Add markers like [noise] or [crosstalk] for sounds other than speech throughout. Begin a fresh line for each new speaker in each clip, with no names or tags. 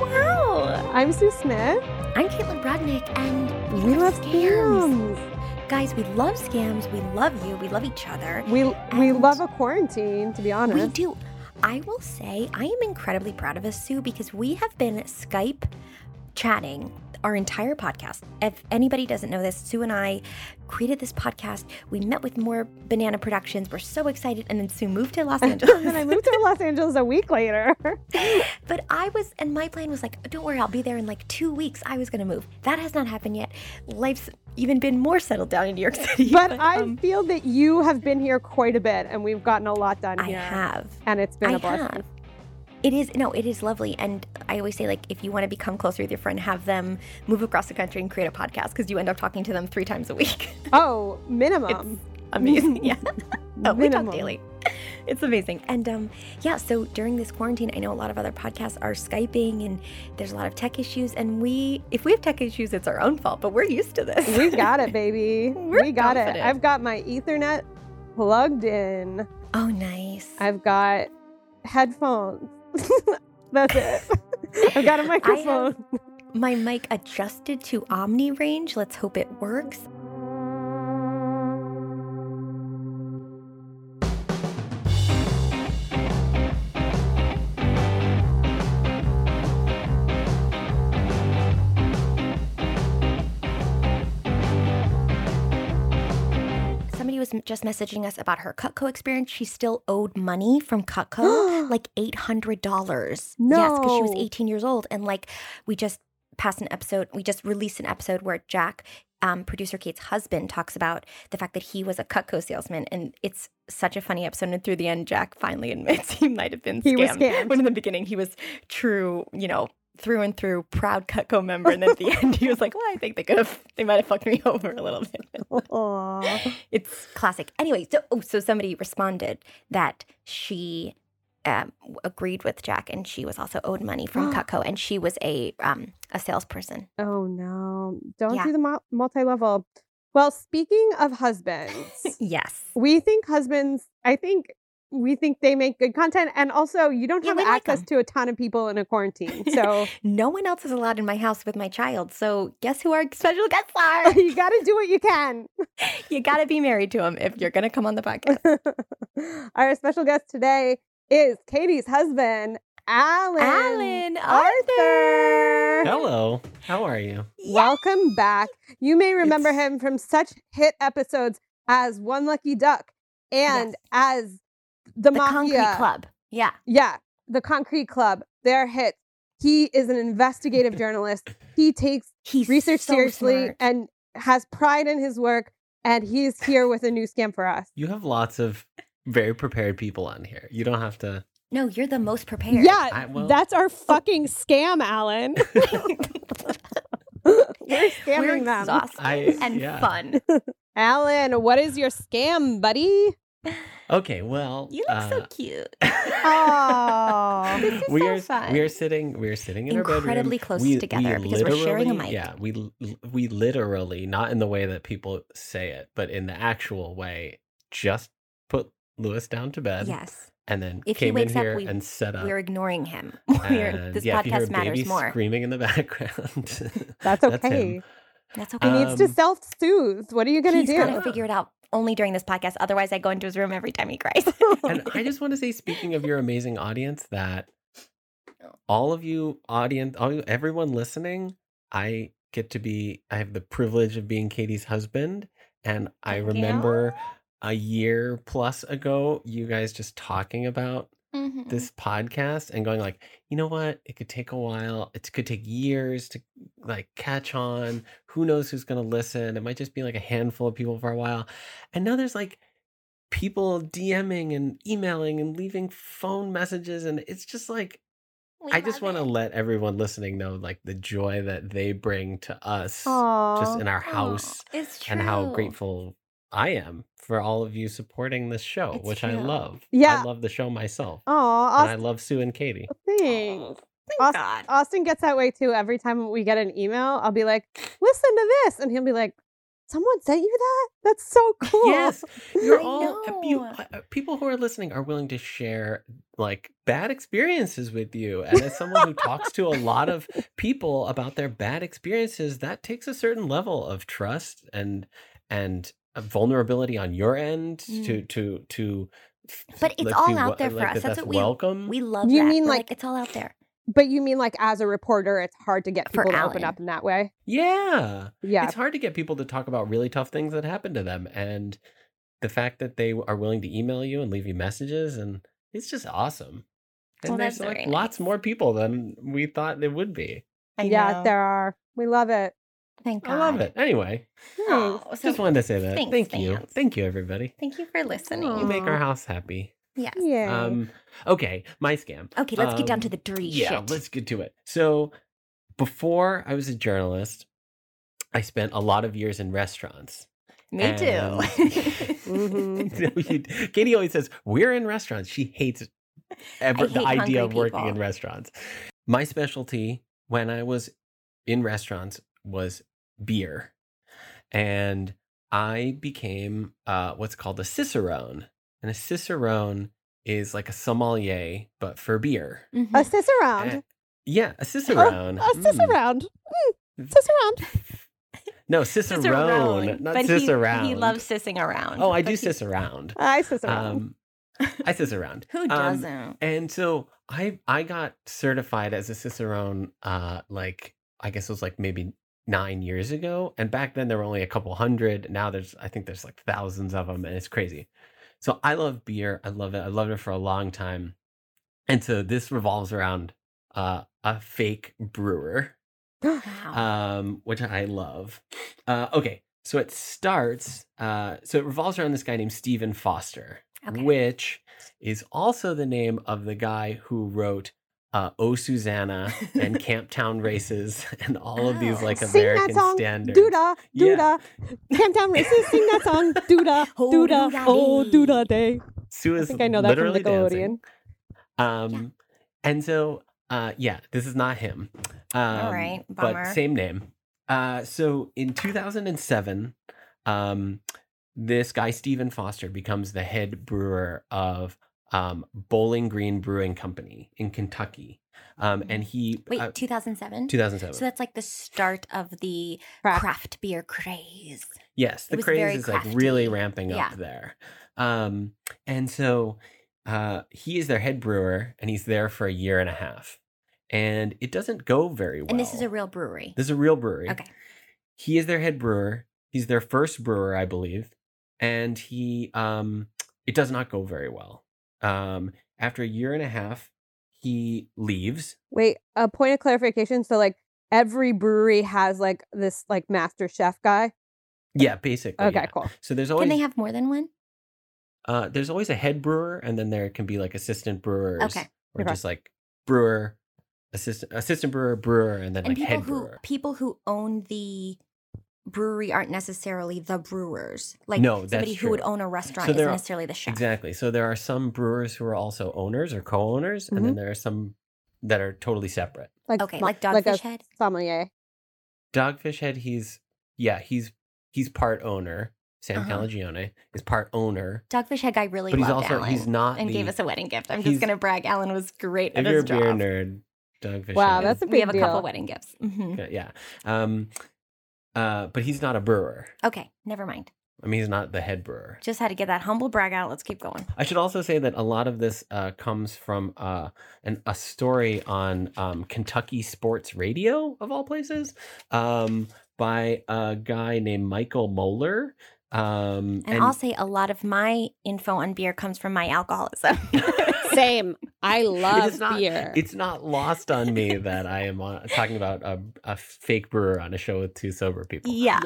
Wow.
I'm Sue Smith.
I'm Caitlin Brodnick, and
We love scams.
Guys, we love scams. We love you. We love each other.
We we
And-
love a quarantine, to be
We
honest.
do. I will say, I am incredibly proud of us, Sue, because we have been Skype chatting our entire podcast. If anybody doesn't know this, Sue and I created this podcast. We met with more Banana Productions. We're so excited. And then Sue moved to
[laughs]
Los
And then I
Angeles.
moved to Los Angeles a week
[laughs]
later. [laughs]
but I was, and my plan was like, don't worry, I'll be there in like two weeks. I was going to move. That has not happened yet. Life's even been more settled down in New
[laughs]
York City.
But I
um,
feel that you have been here quite a bit and we've gotten a lot done
I
here.
have.
And it's been
I
a blessing.
have. It is no, it is lovely, and I always say like if you want to become closer with your friend, have them move across the country and create a podcast because you end up talking to them three times a week. [laughs]
Oh, minimum. [laughs]
amazing, [laughs] yeah. oh, we talk
Minimum.
daily. [laughs] It's amazing, and um, yeah. So during this quarantine, I know a lot of other podcasts are skyping, and there's a lot of tech issues. And we, if we have tech issues, it's our own fault, but we're used to this.
we got it, baby.
We're
we got it.
confident.
I've got my Ethernet plugged in.
[laughs] oh, nice.
I've got headphones. [laughs] That's
[laughs]
it. I've got a microphone. [laughs]
My mic adjusted to omni range. Let's hope it works. Somebody was m- just messaging us about her Cutco experience. She still owed money from Cutco, like eight hundred dollars. yes, because she was
No.
eighteen years old, and like we just passed an episode. We just released an episode where Jack, um, producer Kate's husband, talks about the fact that he was a Cutco salesman, and it's such a funny episode. And through the end, Jack finally [laughs] admits he might have been
He was scammed.
When in the beginning, he was true, you know. Through and through, proud Cutco member, and then at
[laughs]
the end, he was like, "Well, I think they could have, they might have fucked me [laughs] over a little bit."
Aw.
It's classic. Anyway, so oh, so somebody responded that she um, agreed with Jack, and she was also owed
[gasps]
money from Cutco, and she was a um, a salesperson.
Oh no! Don't
Yeah.
do the multi level. Well, speaking
[laughs]
of husbands,
Yes.
we think husbands. I think we think they make good content, and also you don't
Yeah,
have
we like
access
'em.
to a ton of people in a quarantine,
[laughs]
so [laughs]
No one else is allowed in my house with my child. So guess who our special
[laughs]
guests are?
you got to do what you can. [laughs]
you gotta be married to him if you're gonna come on the podcast.
Our special guest today is Katie's husband, Alan.
Alan
Arthur.
Hello. How are you?
Welcome back. You may remember
It's-
him from such hit episodes as One Lucky Duck and
Yes.
as The,
the
Mafia.
Concrete Club. Yeah.
Yeah, The Concrete Club. They're hits. He is an investigative journalist. He takes
He's
research
so
seriously
smart.
and has pride in his work. And he is here with a new scam for us.
You have lots of very prepared people on here. You don't have to.
No, you're the most prepared.
Yeah,
I- well-
that's our fucking scam, Alan. [laughs] We're scamming
We're
them.
exhausted
I-
and
yeah.
fun.
Alan, what is your scam, buddy?
Okay. Well,
You look so
uh,
cute.
Aw.
This is
we
so
are
fun.
we are sitting we are sitting in our
Incredibly
bedroom.
close together because we're sharing a mic.
literally- Yeah, we li- we literally not in the way that people say it, but in the actual way, just put Lewis down to bed.
yes.
and then
If he
came in
wakes up,
here
we-
and set up.
We're ignoring him. [laughs] We're,
and
this
yeah, if you hear
podcast
a
matters
baby
more.
Screaming in the [laughs] background.
That's
That's
okay.
him.
That's
he
okay.
Um,
needs to self soothe. What are you going
He's
to
got to
do?
figure it out only during this podcast. Otherwise, I go into his room every time he cries. [laughs]
and I just want to say, speaking of your amazing audience, that all of you audience, all you, everyone listening, I get to be, I have the privilege of being Katie's husband, and I
Yeah.
remember a year plus ago, you guys just talking about
Mhm.
this podcast and going like, you know what, it could take a while, it could take years to like catch on. Who knows who's gonna listen? It might just be like a handful of people for a while, and now there's like people DMing and emailing and leaving phone messages, and it's just like
We
I just
love
want to
it.
let everyone listening know like the joy that they bring to us just
Aw.
in our
Aw,
house
Oh, it's true.
and how grateful I am for all of you supporting this show,
It's
which I
true.
love.
Yeah.
I love the show myself.
Aw,
And I
Austin.
love Sue and Katie.
Aw,
Thanks.
Thank
Austin,
God.
Austin gets that way too. Every time we get an email, I'll be like, listen to this. And he'll be like, someone sent you that? That's so [laughs] cool.
Yes, you're
I
all you,
know.
uh, people who are listening are willing to share like bad experiences with you. And as someone who talks to a lot of people about their bad experiences, that takes a certain level of trust and and uh, vulnerability on your end to to to. f-
Mm. But it's
like,
all
be
out
wel-
there for
like,
us.
that
That's
that's
what we-
welcome.
um, We love
You
that.
mean
We're
like-
it's all out there.
But you mean like as a reporter, it's hard to get
For
people to open
Alan.
up in that way?
yeah.
Yeah.
It's hard to get people to talk about really tough things that happen to them. And the fact that they are willing to email you and leave you messages and it's just awesome. And
Well,
there's
that's
like
very
lots
nice.
more people than we thought it would be.
I
yeah,
know.
there are. We love it.
Thank God.
I love it. Anyway,
Thanks.
Oh, so
just wanted to say that.
thanks,
Thank you.
fans.
Thank you, everybody.
Thank you for listening.
You make
Aw.
our house happy.
Yes.
Yeah.
Um, okay, my scam.
Okay, let's get down
Um,
to the dirty
Yeah,
shit.
let's get to it. So, before I was a journalist, I spent a lot of years in restaurants.
Me Mm-hmm.
And-
[laughs]
Mhm.
[laughs] No, you- Katie always says we're in restaurants. She hates ever
I
the
hate hungry
idea of working in
people.
restaurants. My specialty when I was in restaurants was beer, and I became uh, what's called a cicerone, and a cicerone is like a sommelier but for beer.
Mhm.
a sis
Eh,
around. Oh,
yeah,
[laughs]
a cicerone.
A sis
Mm.
around. Mm, sis around.
No, cicerone, not
but he-
cicerone.
He, loves sissing around. [laughs]
Oh, I
but
do
he-
sis around.
I sis around.
Um, I cicerone.
Who
Um,
doesn't?
And so I I got certified as a cicerone uh like I guess it was like maybe 9 years ago and back then there were only a couple hundred now there's I think there's like thousands of them and it's crazy. So I love beer. I love it. I loved it for a long time. And so this revolves around uh a fake brewer
wow.
um, which I love. Uh, okay, so it starts. Uh, so it revolves around this guy named Stephen Foster,
Okay.
which is also the name of the guy who wrote uh, "Oh Susanna"
[laughs]
and "Camp Town Races" [laughs] and all of these
Oh.
like
Sing that
American
song,
standards.
Duda,
Yeah.
Duda. Camp Town Races, sing that
[laughs]
song. Duda,
Oh,
Duda,
Duda
oh,
Day.
Duda Day.
Sue
I
is
think I know that from
literally dancing.
Nickelodeon.
Um, And so, uh, yeah, this is not him. Um,
right,
But
bummer.
same name. Uh, so in 2007, um, this guy, Stephen Foster, becomes the head brewer of um, Bowling Green Brewing Company in Kentucky. Um, and he.
Mm-hmm. Wait,
uh,
2007?
2007.
So that's like the start of the
Crap.
craft beer craze.
Yes,
It
the
was very
craze is like really
crafty.
ramping
Yeah.
up there. Um, and so uh, he is their head brewer and he's there for a year and a half. And it doesn't go very well.
And this is a real brewery.
This is a real brewery.
Okay.
He is their head brewer. He's their first brewer, I believe. And he um it does not go very well. Um after a year and a half, he leaves.
Wait, a point of clarification. So like every brewery has like this like master chef guy.
Yeah, basically.
Okay,
Oh, yeah.
cool.
So there's
Can
always
they have more than one?
Uh, there's always a head brewer, and then there can be like assistant brewers,
Okay.
or
Okay.
just like brewer, assistant assistant brewer, brewer, and then
and
like
people
head
who
brewer.
people who own the brewery aren't necessarily the brewers. Like
No, that's
somebody who would
true.
own a restaurant
So
isn't
there are-
necessarily the chef.
Exactly. So there are some brewers who are also owners or co-owners, and
Mm-hmm.
then there are some that are totally separate.
Like
Okay,
mo-
like Dogfish
a
Head.
sommelier.
Dogfish Head, he's yeah, he's he's part owner. Sam
Uh-huh.
Calagione is part owner,
Dogfish Head guy really
but he's
loved
also
Alan
he's not
and
the,
gave us a wedding gift. I'm just
he's-
gonna brag. Alan was great
if
at
you're a
his
beer
job.
nerd, Dogfish.
Wow,
Head.
that's a big
we have a
deal.
couple wedding gifts. Mhm.
Okay, yeah. Um, uh, but he's not a brewer.
Okay, never mind.
I mean, he's not the head brewer.
Just had to get that humble brag out. Let's keep going.
I should also say that a lot of this uh, comes from uh, an, a story on um, Kentucky sports radio, of all places, um, by a guy named Michael Moeller. Um,
And, I'll say a lot of my info on beer comes from my
[laughs]
alcoholism. [laughs]
[laughs] Same. I
is not- it's not lost on me that I am on, talking about a, a fake brewer on a show with two sober people.
yeah.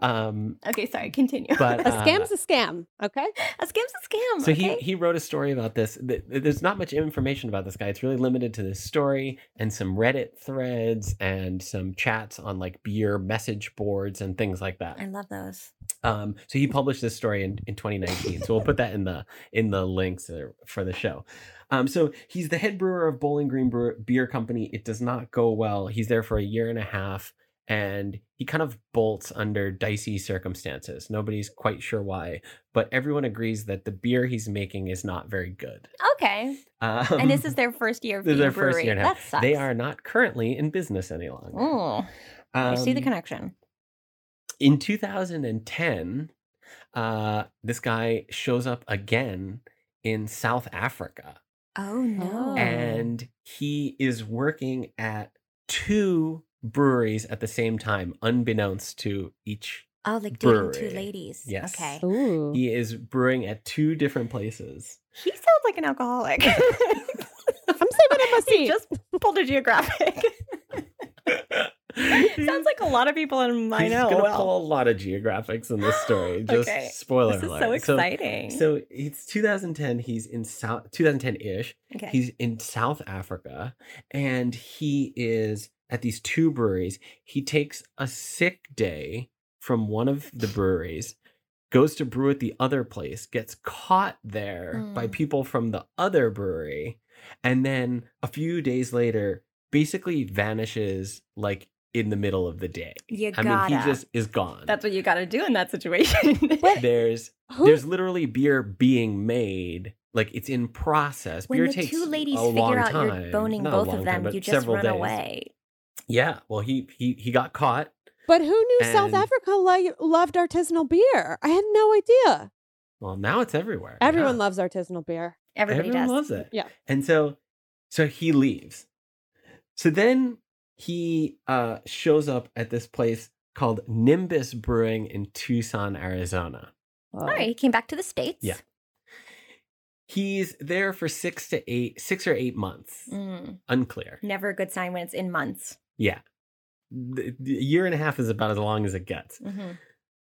Um,
Okay, sorry, continue. [laughs]
but
a
uh,
scam's a scam. Okay.
a scam's a scam.
So
Oh, okay?
he, he wrote a story about this. Th- th- There's not much information about this guy. It's really limited to this story and some Reddit threads and some chats on like beer message boards and things like
I
that.
love those.
Um, so he published this story in, in 2019. so we'll put that in the in the links uh, for the show. Um, so he's the head brewer of Bowling Green Brewer, Beer Company. It does not go well. He's there for a year and a half, and he kind of bolts under dicey circumstances. Nobody's quite sure why, but everyone agrees that the beer he's making is not very good.
Okay.
Um,
And this is their first year of
this is
being
their
a brewery.
first year and a
that
half.
sucks.
They are not currently in business any longer.
Mm, I see the
Um,
connection.
in 2010 uh this guy shows up again in south africa
Oh no.
Oh.
and he is working at two breweries at the same time unbeenowngst to each
oh, like doing two
brewery.
ladies.
Yes.
Okay.
Ooh.
he is brewing at two different places
He sounds like an alcoholic. [laughs] I'm
saving him a
[laughs] He
seat.
just pulled a geographic. [laughs]
[laughs]
sounds like a lot of people in my
He's
know.
gonna
well.
pull a lot of geographics in this story.
[gasps]
Just
Okay.
spoiler
this is
alert.
so exciting.
So it's 2010. He's in South 2010-ish.
okay.
He's in South Africa and he is at these two breweries. He takes a sick day from one of the breweries, goes to brew at the other place, gets caught there by
Mm.
people from the other brewery, and then a few days later basically vanishes like in the middle of the day.
you
I
gotta.
mean, he just is gone.
that's what you gotta do in that situation. [laughs]
there's
Who-
there's literally beer being made. Like it's in process.
when
beer
the
takes
two ladies
a long
figure out
time.
you're boning
Not a
both
long
of
time,
them,
but
you just
several
run
days.
away.
Yeah. Well, he he he got caught.
But who knew South
And-
Africa li- loved artisanal beer? I had no idea.
Well, now it's everywhere.
Everyone
yeah.
loves artisanal beer.
Everybody
Everyone
does.
loves it.
Yeah.
And so so he leaves. So then he uh shows up at this place called Nimbus Brewing in Tucson, Arizona.
All right, he came back to the states.
Yeah. He's there for 6 to 8 6 or 8 months.
Mm,
Unclear.
never a good sign when it's in months.
Yeah. The, the year and a half is about as long as it gets.
hmm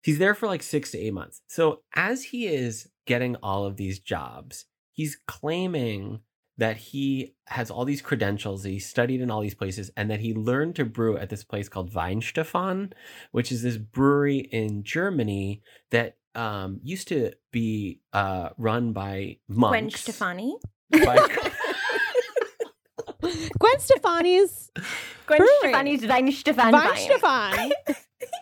He's there for like six to eight months. So as he is getting all of these jobs, he's claiming that he has all these credentials, that he studied in all these places, and that he learned to brew at this place called Weinstefan, which is this brewery in Germany that um, used to be uh, run by monks. [laughs]
[laughs] Gwen Stefani.
by-
[laughs] Gwen Stefani's
Gwen
Brewery.
Stefani's Wein Stefan
Vine
Wein.
Stefan.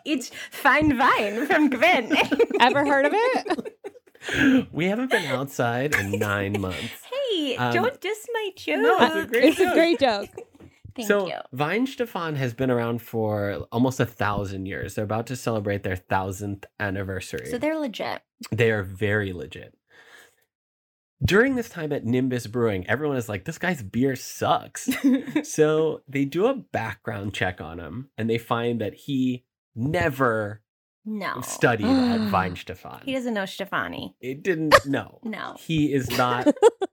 It's fine Wein from
[laughs]
Gwen.
Ever heard of it?
we haven't been outside in nine months.
[laughs] Hey,
Um,
don't diss my joke.
no, it's a [laughs] great
It's a
joke.
great joke.
Thank
so
you.
Weinstefan has been around for almost a thousand years. They're about to celebrate their thousandth anniversary.
So they're
[laughs]
legit.
They are very legit. During this time at Nimbus Brewing, everyone is like, this guy's beer sucks.
[laughs]
so they do a background check on him and they find that he never
no. [gasps]
studied at Weinstefan.
He doesn't know Stefani.
it didn't, no.
[laughs] No.
He is not,
[laughs]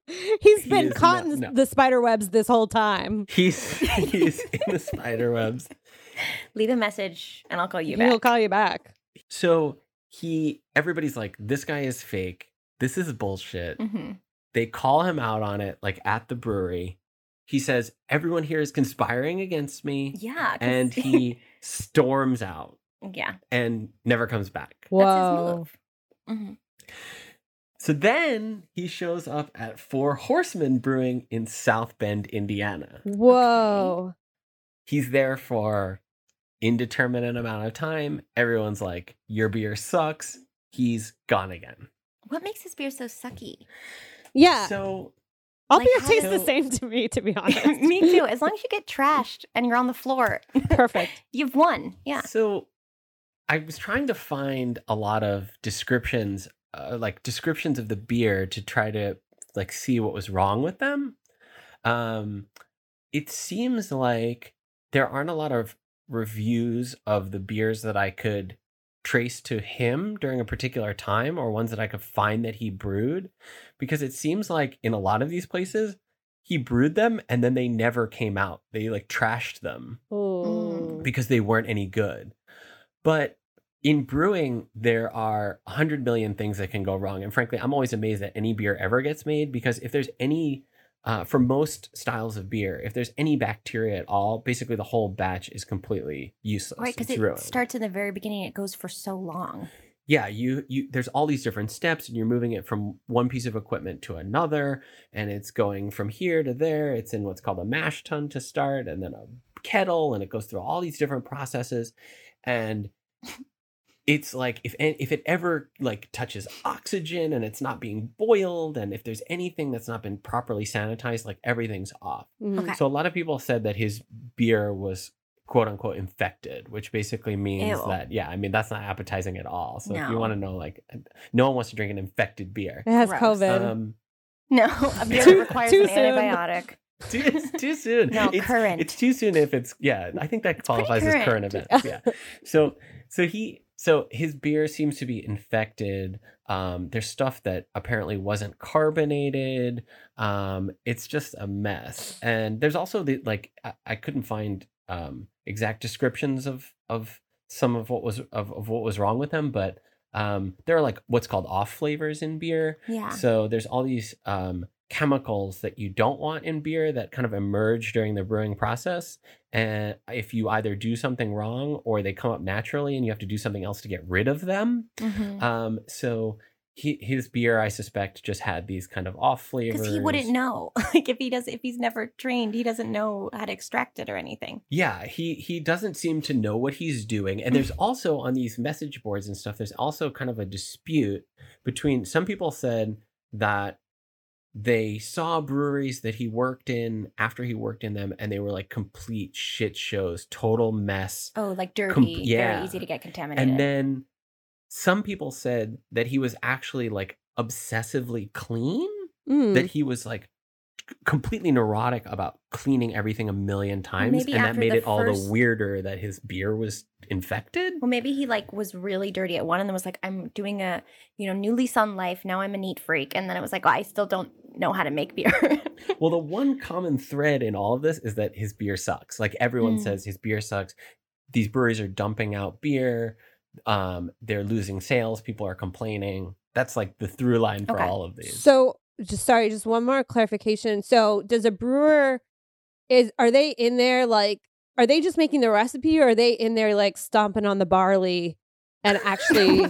[laughs] He's
He
been
is
caught
not-
in
no.
the spider webs this whole time.
he's, [laughs] he's in the spider webs.
Leave a message and I'll call you
He'll
back.
call you back.
So he, everybody's like, this guy is fake. This is bullshit.
hmm
they call him out on it like at the brewery he says everyone here is conspiring against me
Yeah. 'cause- [laughs]
and he storms out
yeah.
and never comes back
Whoa.
That's his move.
so then he shows up at four horsemen brewing in south bend indiana
Mm. Whoa.
he's there for indeterminate amount of time everyone's like your beer sucks he's gone again
What makes his beer so sucky?
Yeah.
so
All
Like,
beer
how
tastes the
do-
same to me, to be
[laughs]
honest.
Me too. As long as you get trashed and you're on the floor,
[laughs] Perfect.
[laughs] you've won. Yeah.
So I was trying to find a lot of descriptions, uh, like descriptions of the beer to try to like see what was wrong with them. Um, it seems like there aren't a lot of reviews of the beers that I could trace to him during a particular time or ones that I could find that he brewed because it seems like in a lot of these places he brewed them and then they never came out. They like trashed them
Mm. Mm-hmm.
Ooh.
because they weren't any good. But in brewing, there are 100 million things that can go wrong. And frankly, I'm always amazed that any beer ever gets made because if there's any, uh, for most styles of beer, if there's any bacteria at all, basically the whole batch is completely useless.
Right, because
It's
it
ruined.
starts in the very beginning. and It goes for so long.
yeah, you you there's all these different steps, and you're moving it from one piece of equipment to another, and it's going from here to there. It's in what's called a mash tun to start, and then a kettle, and it goes through all these different processes, and it's like if an- if it ever like touches oxygen and it's not being boiled, and if there's anything that's not been properly sanitized, like everything's off.
Mm.
Okay.
So a lot of people said that his beer was quote unquote infected, which basically means
Ew.
that yeah, I mean that's not appetizing at all. So if you
No.
want to know, like, uh, no one wants to drink an infected beer.
It has
Gross.
COVID.
Um,
No, [laughs] a beer
Too-
that requires
too
an
soon.
antibiotic.
too, it's too soon.
No,
it's,
current.
It's too soon if it's yeah. I think that
pretty
qualifies as current
current.
events.
[laughs]
Yeah. so so he so his beer seems to be infected. Um, there's stuff that apparently wasn't carbonated. Um, it's just a mess. And there's also the like I, I couldn't find um, exact descriptions of of some of what was of, of what was wrong with him, but um, there are like what's called off flavors in beer.
yeah.
So there's all these um, chemicals that you don't want in beer that kind of emerge during the brewing process. And if you either do something wrong or they come up naturally and you have to do something else to get rid of them.
Mhm.
Um, so he, his beer, I suspect, just had these kind of off flavors.
because he wouldn't know [laughs] like if he does if he's never trained he doesn't know how to extract it or anything
Yeah, he he doesn't seem to know what he's doing. And there's also on these message boards and stuff, there's also kind of a dispute between some people said that they saw breweries that he worked in after he worked in them and they were like complete shit shows, total mess.
oh like dirty
Com- yeah.
very easy to get contaminated
And then some people said that he was actually like obsessively clean,
Mm.
that he was like c- completely neurotic about cleaning everything a million times
maybe
and that
after
made
the
it all
first-
the weirder that his beer was infected
well maybe he like was really dirty at one and then was like i'm doing a you know new lease on life now i'm a neat freak and then it was like oh, i still don't know how to make beer [laughs]
well the one common thread in all of this is that his beer sucks like everyone
Mm.
says his beer sucks these breweries are dumping out beer um they're losing sales people are complaining that's like the through line for
Okay.
all of these [laughs]
So, just sorry, just one more clarification. So, does a brewer is are they in there like are they just making the
[laughs]
recipe or are they in there like stomping on the barley and actually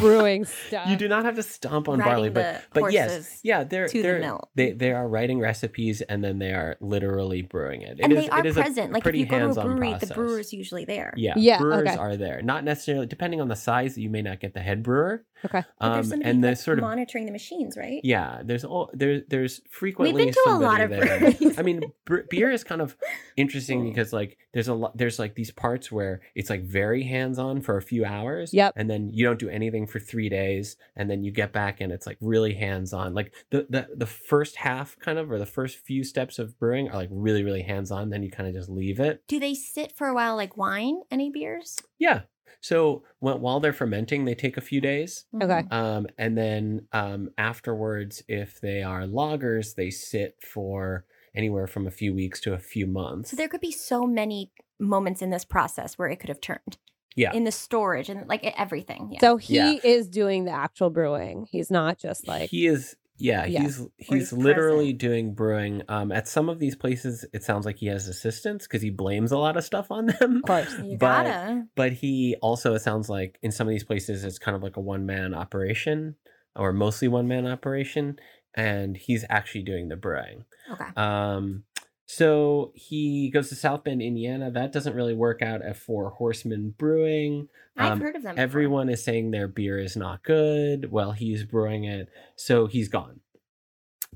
brewing stuff.
You do not have to stomp on
Riding
barley, but
the
but yes,
horses
yeah, they're
to the
they're
mill.
they they are writing recipes and then they are literally brewing it. It
and
is-
they are
it is a
present. Like if
pretty
you go to a
hands-on
brewery, the
process.
brewer's usually there.
Yeah,
Yeah,
brewers
okay.
are there. Not necessarily depending on the size, you may not get the head brewer.
Okay.
But
Um,
there's somebody
and the
that's
sort of
monitoring the machines, right?
yeah, there's all there there's frequently
We've been to a
somebody
lot of
there.
breweries.
[laughs] I mean, br- beer is kind of interesting
Mm.
because like there's a lot there's like these parts where it's like very hands-on for a few hours
Yep.
and then you don't do anything for 3 days and then you get back and it's like really hands-on. Like the the the first half kind of or the first few steps of brewing are like really really hands-on then you kind of just leave it.
Do they sit for a while like wine? Any beers?
Yeah. So when, while they're fermenting, they take a few days.
Okay.
Mm-hmm.
Um, and then um, afterwards, if they are loggers, they sit for anywhere from a few weeks to a few months.
So there could be so many moments in this process where it could have turned.
Yeah.
In the storage and like e, everything. Yeah.
So he
Yeah.
is doing the actual brewing. He's not just like
he is, yeah,
Yeah.
he's he's,
he's
literally
present.
doing brewing. Um, at some of these places, it sounds like he has assistants because he blames a lot of stuff on them.
of course.
[laughs]
you
but-
gotta.
But he also, it sounds like in some of these places, it's kind of like a one man operation or mostly one man operation, and he's actually doing the brewing.
Okay.
Um, so he goes to South Bend, Indiana. That doesn't really work out at Four Horsemen Brewing.
I've
um,
heard of them. before.
Everyone is saying their beer is not good. Well, he's brewing it, so he's gone.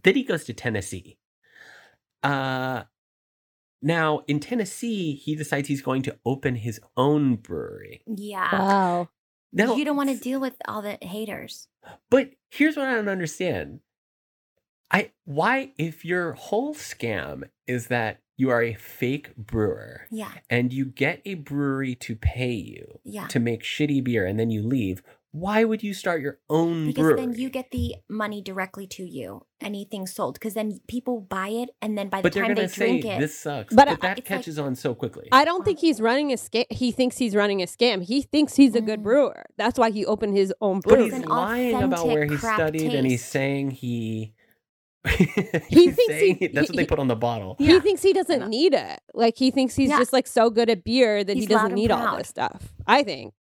Then he goes to Tennessee. Uh, now in Tennessee, he decides he's going to open his own brewery.
Yeah.
Wow.
Now
you don't want to deal with all the haters.
But here's what I don't understand. I why if your whole scam is that you are a fake brewer
Yeah.
and you get a brewery to pay you
Yeah.
to make shitty beer and then you leave, why would you start your own
Because
brewery?
then you get the money directly to you, anything sold. Because then people buy it, and then by the
but they're
time they
gonna say
drink it,
this sucks. But,
But I-
that
it's like-
catches on so quickly.
I don't think he's running a scam. He thinks he's running a scam. He thinks he's a good
Mm.
brewer. That's why he opened his own
but
brewery.
he's
It's an
lying about
authentic
where he
crap
studied and he's
taste.
saying he [laughs]
He
he's
thinks
saying
he-
that's what
he-
they put on the bottle.
He
Yeah.
thinks he
Yeah.
doesn't need it. Like he thinks he's
Yeah.
just like so good at beer that he
He's loud
doesn't
and
need all
proud.
this stuff. I think.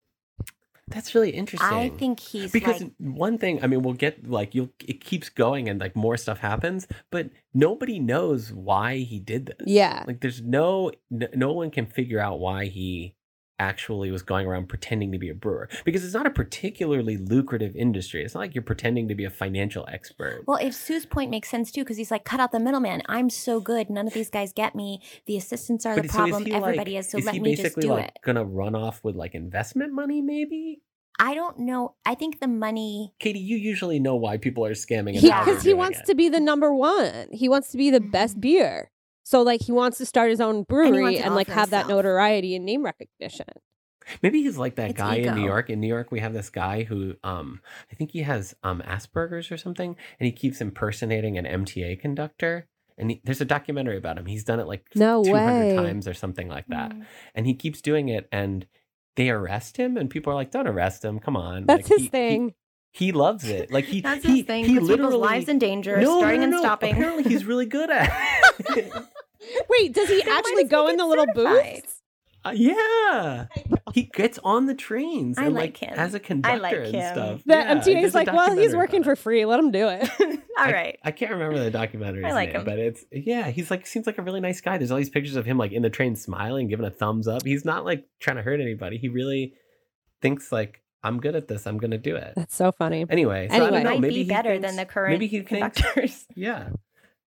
That's really interesting.
I think he's
because
like,
one thing i mean we'll get like you'll it keeps going and like more stuff happens but nobody knows why he did this
Yeah.
like there's no no, no one can figure out why he actually was going around pretending to be a brewer because it's not a particularly lucrative industry it's not like you're pretending to be a financial expert
well, if Sue's point makes sense too, because he's like, cut out the middleman. I'm so good. None of these guys get me. The assistants are the
so is
problem.
he, like-
Everybody is. So
is
let
he
me just
basically
do
like
it.
gonna run off with like investment money maybe
I don't know. I think the money.
katie you usually know why people are scamming and
Yeah.
how they're
because he
doing
wants
it.
to be the number one. He wants to be the best
Mhm.
beer. So like he wants to start his own
wants
brewery
it
and
all
like
for
have that
himself.
notoriety and name recognition.
Maybe he's like that
It's
guy in New
ego.
York. In New York, we have this guy who, um, I think he has um, Asperger's or something, and he keeps impersonating an MTA conductor. And he, there's a documentary about him. He's done it like
No
200
way.
times or something like that.
Mm.
And he keeps doing it, and they arrest him, and people are like, "Don't arrest him! Come on!"
That's
Like,
his
he- he-
thing.
He, loves it. Like he,
That's
he,
his thing.
He
puts
literally
people's lives in danger,
no,
starting
no, no,
and stopping.
Apparently, he's really good at. it.
Wait, does he
Then why
actually
does he
go
get
in the little
certified?
booth?
Uh, yeah, he gets on the trains.
I
and,
like him.
as a
I
conductor
like
and
him.
stuff.
The
Yeah,
MTA
there's
is
a
like, well, he's
documentary
working
about
for
it.
free. Let him do it.
[laughs]
[laughs]
All right.
I can't remember the documentary.
I like him.
but it's yeah, he's like seems like a really nice guy. There's all these pictures of him like in the train smiling, giving a thumbs up. He's not like trying to hurt anybody. He really thinks like I'm good at this. I'm gonna
[laughs]
do it.
That's so funny.
Anyway, so I
Anyway.
don't know.
might
Maybe
be
he
better
thinks-
than the current
Maybe he thinks.
conductors.
[laughs] Yeah.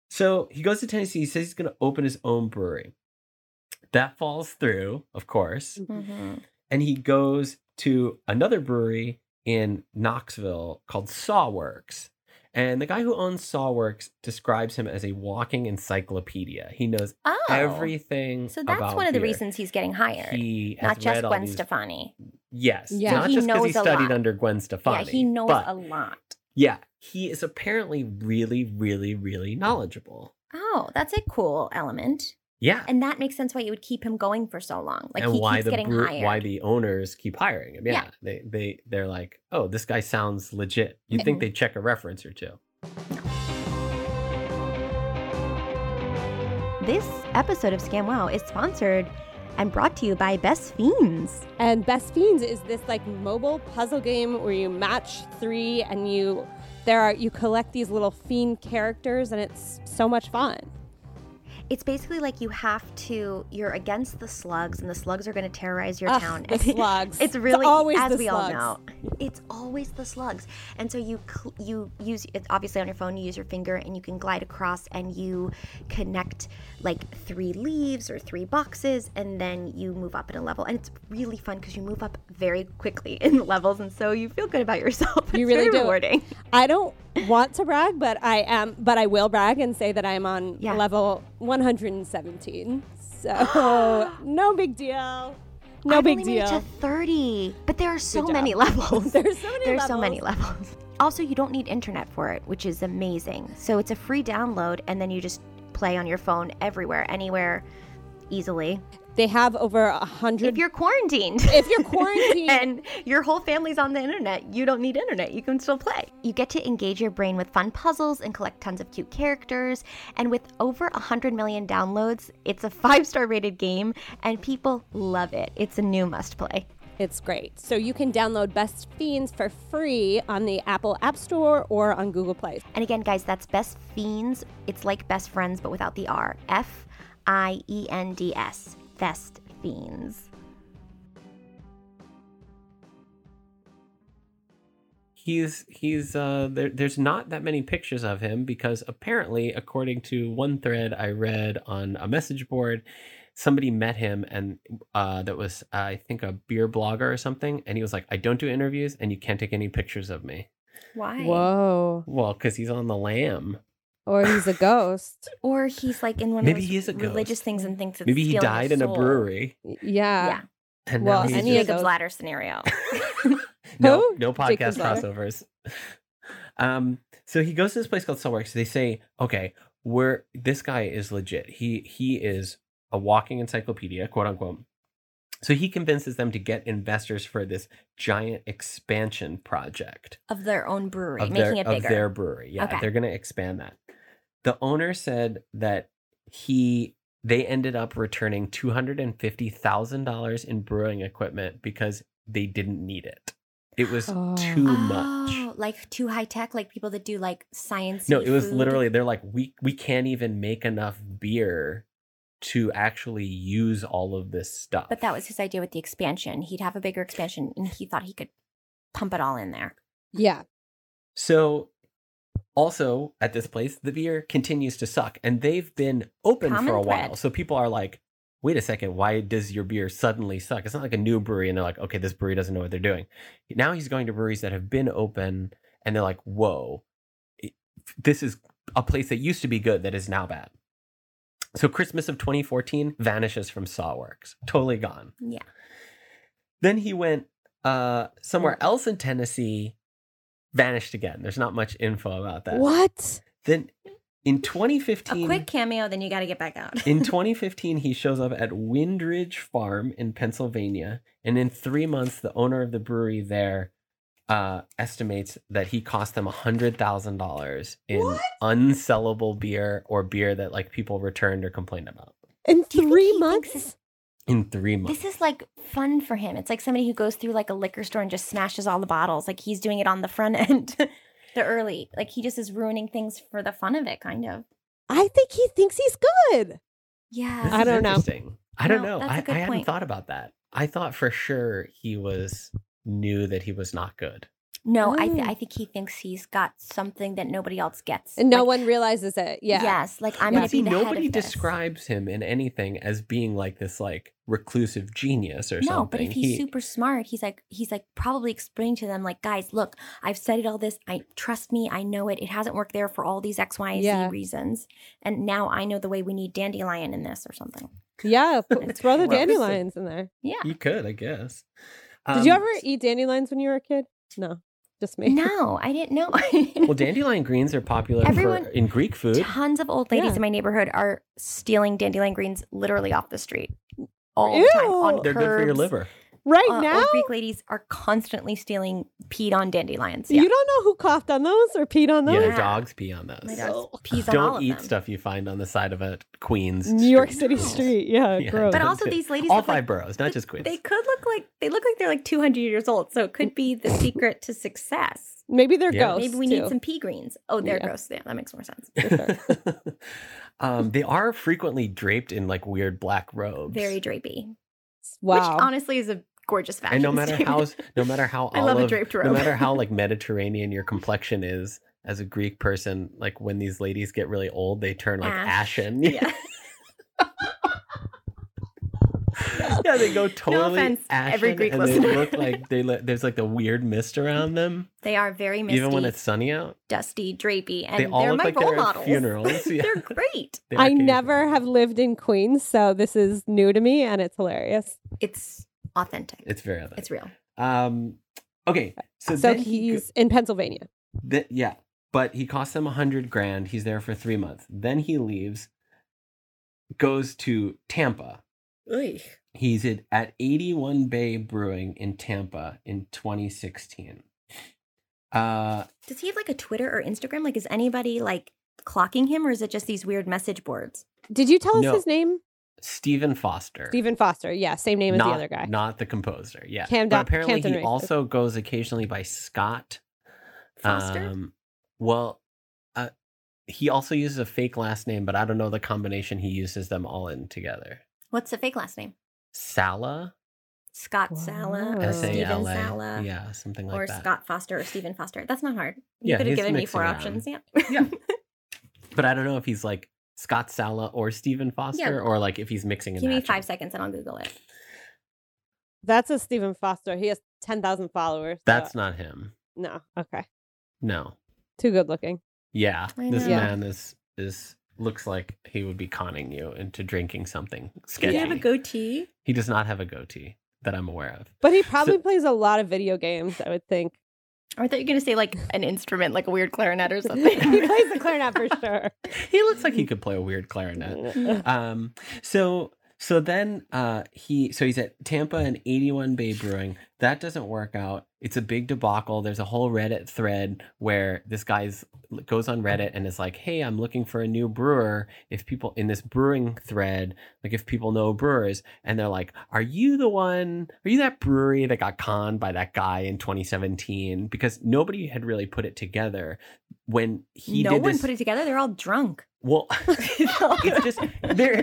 So he goes to Tennessee. He says he's gonna open his own brewery. That falls through, of course,
Mhm.
and he goes to another brewery in Knoxville called Sawworks. And the guy who owns Sawworks describes him as a walking encyclopedia. He knows
Oh,
everything.
so that's
about
one of the
beer.
reasons he's getting hired.
he has
not just
read all
Gwen
these-
Stefani.
Yes,
Yeah.
not
He
just because he
knows a
studied
lot.
under Gwen Stefani.
yeah, he knows
but
a lot.
Yeah, he is apparently really, really, really knowledgeable.
Oh, that's a cool element,
Yeah,
and that makes sense why you would keep him going for so long. Like
and
he
why
keeps
the
getting
bre-
hired.
why the owners keep hiring him. Yeah,
Yeah.
they they they're like, oh, this guy sounds legit. You would think
Mhm.
they check a reference or two?
This episode of Scam Wow is sponsored and brought to you by Best Fiends.
And Best Fiends is this like mobile puzzle game where you match three and you there are you collect these little fiend characters and it's so much fun.
It's basically like you have to, you're against the slugs, and the slugs are going to terrorize your
Ugh,
town.
the slugs.
[laughs] It's
It's
really,
always
as
the
we all
slugs.
know, it's always the slugs. And so you cl- you use it's obviously on your phone. You use your finger and you can glide across, and you connect like three leaves or three boxes, and then you move up in a level. And it's really fun because you move up very quickly in [laughs] the levels, and so you feel good about yourself. [laughs] It's
You really
very
do.
rewarding.
I don't want to brag, but I am but I will brag and say that I'm on
Yeah.
level 117.
[gasps]
So no big deal. No
I've
big
only made it
deal.
to thirty, but there are so
job.
many [laughs] levels.
There's so many
There's so many
levels.
levels. Also, you don't need internet for it, which is amazing. So it's a free download, and then you just play on your phone everywhere, anywhere, easily.
They have over a hundred
If you're quarantined.
if
[laughs]
you're quarantined
And your whole family's on the internet. You don't need internet. You can still play. You get to engage your brain with fun puzzles and collect tons of cute characters. And with over 100 million downloads, it's a five star rated game, and people love it. It's a new must play.
It's great. So you can download Best Fiends for free on the Apple App Store or on Google Play.
And again, guys, that's Best Fiends. It's like Best Friends, but without the R. F I E N D S. Best Fiends.
He's he's uh there, there's not that many pictures of him because apparently according to one thread I read on a message board somebody met him and uh that was uh, I think a beer blogger or something and he was like I don't do interviews and you can't take any pictures of me.
Why?
Whoa.
Well, cuz he's on the lam.
Or he's a ghost.
Or he's like in one
Maybe
of
he
those
is a
religious
ghost.
things and thinks it's
Maybe he
stealing your
died in a
soul.
brewery
Yeah.
Yeah.
and
Well,
now he's
any
just
of those-
Jacob's ladder scenario.
no,
Who?
[laughs] no
Jacob's
podcast
ladder.
crossovers. um, so he goes to this place called Cellworks. They say, okay, we're this guy is legit. He he is a walking encyclopedia, quote unquote. So he convinces them to get investors for this giant expansion project
of their own brewery,
of
making
their,
it
of
bigger.
their brewery. Yeah,
Okay.
they're going to expand that. The owner said that he they ended up returning two hundred and fifty thousand dollars in brewing equipment because they didn't need it. It was
Oh.
too much.
Oh, like too high tech, like people that do like science.
No, it was literally they're like we we can't even make enough beer to actually use all of this stuff.
But that was his idea with the expansion. He'd have a bigger expansion, and he thought he could pump it all in there.
Yeah.
So also at this place, the beer continues to suck. And they've been open
Common
for a while.
thread.
So people are like, wait a second, why does your beer suddenly suck? It's not like a new brewery and they're like, okay, this brewery doesn't know what they're doing. Now he's going to breweries that have been open and they're like, whoa, it- this is a place that used to be good that is now bad. So Christmas of 2014 vanishes from Sawworks. Totally gone.
Yeah.
Then he went uh, somewhere else in Tennessee, vanished again. There's not much info about that.
What?
Then in
A
2015,
quick cameo, then you got to get back out.
in 2015, he shows up at Windridge Farm in Pennsylvania, and in three months, the owner of the brewery there uh, estimates that he cost them hundred thousand dollars in unsellable beer or beer that like people returned or complained about
In
Do you think
three
he thinks
months?
in three months.
This is like fun for him. It's like somebody who goes through like a liquor store and just smashes all the bottles. Like he's doing it on the front end, [laughs] the early. Like he just is ruining things for the fun of it, kind of.
I think he thinks he's good.
Yeah.
This
I
is
don't know.
interesting. I don't
No,
know.
that's a
I,
good
I hadn't
point.
thought about that. I thought for sure he was knew that he was not good.
No, I, th-
Mm.
I think he thinks he's got something that nobody else gets.
And no
Like,
one realizes it. Yeah.
Yes, like I'm
Yeah.
gonna
See,
be the
nobody
head of this.
describes him in anything as being like this like reclusive genius or
no,
something.
but if he's
He-
super smart, he's like he's like probably explaining to them like, guys, look, I've studied all this. I trust me, I know it. It hasn't worked there for all these X, Y, and
Yeah.
Z reasons, and now I know the way we need dandelion in this or something.
Yeah.
[laughs]
p- Throw the
Well,
dandelions in there.
Yeah.
you could, I guess.
Did you
Um,
ever eat dandelions when you were a kid? No. Just
[laughs]
me.
No, I didn't know. [laughs]
Well, dandelion greens are popular
Everyone-
for, in Greek food.
Tons of old ladies
Yeah.
in my neighborhood are stealing dandelion greens literally off the street all the time
Ew.
on
They're good for your
curbs.
liver.
[laughs] Right
uh,
now?
old Greek ladies are constantly stealing peed on dandelions.
You don't know who coughed on those or peed on
Yeah,
those?
Yeah.
dogs pee on those.
Oh My
God.
dogs pees on all
Don't
of
eat
them.
stuff you find on the side of a Queens,
New York
[laughs]
City street. Yeah,
Yeah.
gross.
But
Don't
also,
do it.
these ladies
All
look like-
five boroughs, not just Queens.
They could look like they look like they're like 200 years old, so it could be
[coughs]
the secret to success.
Maybe they're
Yeah.
ghosts.
Maybe we
too.
need some pea greens. Oh, they're
Yeah.
gross. Yeah, that makes more sense. [laughs]
[laughs] um, they are frequently draped in like weird black robes.
Very drapey, which
Wow.
honestly is a gorgeous fashion.
and no matter
[laughs] statement.
how no matter how
I love a
olive,
draped
no
robe.
matter
[laughs]
how like Mediterranean your complexion is as a Greek person, like when these ladies get really old, they turn like
Ash.
ashen. [laughs] Yeah,
yeah.
they go totally
offense,
ashen,
every Greek
and they
listener.
look like they look- there's like the weird mist
[laughs]
around them,
They are very misty,
even when it's sunny out.
dusty, drapey, and
They all
are
look
my
like
role
they're at
models. [laughs]
funerals. Yeah.
they're great.
They
I
are Greek.
never have lived in Queens, so this is new to me and it's hilarious.
It's authentic. It's,
It's very. It's
real.
um. Okay, so,
So,
then he go-
he's in Pennsylvania.
Th- yeah, but he costs them a hundred grand. He's there for three months. Then he leaves, goes to Tampa. He's at, at 81 Bay Brewing in Tampa in 2016. Uh,
Does he have like a Twitter or Instagram? Like, is anybody like clocking him, or is it just these weird message boards?
Did you tell us
No.
his name?
Stephen Foster.
Stephen Foster. Yeah, same name
not,
as the other guy.
Not the composer. Yeah.
Cam
but
Dot-
apparently
Canton
he
Racer.
also goes occasionally by Scott.
Foster.
Um, well, uh, he also uses a fake last name, but I don't know the combination he uses them all in together.
What's the fake last name?
Sala.
Scott
Wow.
Sala, or
S A
Stephen
L
Oh, Sala,
A. Yeah, something like
or
that.
Scott Foster, or Stephen Foster. That's not hard. You
Yeah,
could have
he's
given me
mixing
four
around.
options. Yeah.
Yeah. But I don't know if he's like Scott Sala or Stephen Foster or like if he's mixing
[laughs]
and
Give me
matching.
five seconds and I'll Google it.
That's a Stephen Foster. He has 10,000 followers. so-
That's not him.
no. Okay.
No.
Too good looking.
Yeah.
I
This
know.
Yeah.
man is is looks like he would be conning you into drinking something
Do
sketchy.
you have a goatee?
he does not have a goatee that I'm aware of.
But he probably plays a lot of video games, I would think.
Or I thought you were going to say like an instrument, like a weird clarinet [laughs]
[laughs]
or
he
something.
plays
[laughs]
the clarinet for sure.
He looks like he could play a weird [laughs] clarinet. [laughs] um so so then uh he so he's at tampa and 81 bay brewing that doesn't work out it's a big debacle there's a whole reddit thread where this guy's goes on reddit and is like hey i'm looking for a new brewer if people in this brewing thread like if people know brewers and they're like are you the one are you that brewery that got conned by that guy in 2017 because nobody had really put it together when he
no
did
one
this
put it together. They're all drunk. [laughs]
well [laughs] it's
it's
just they're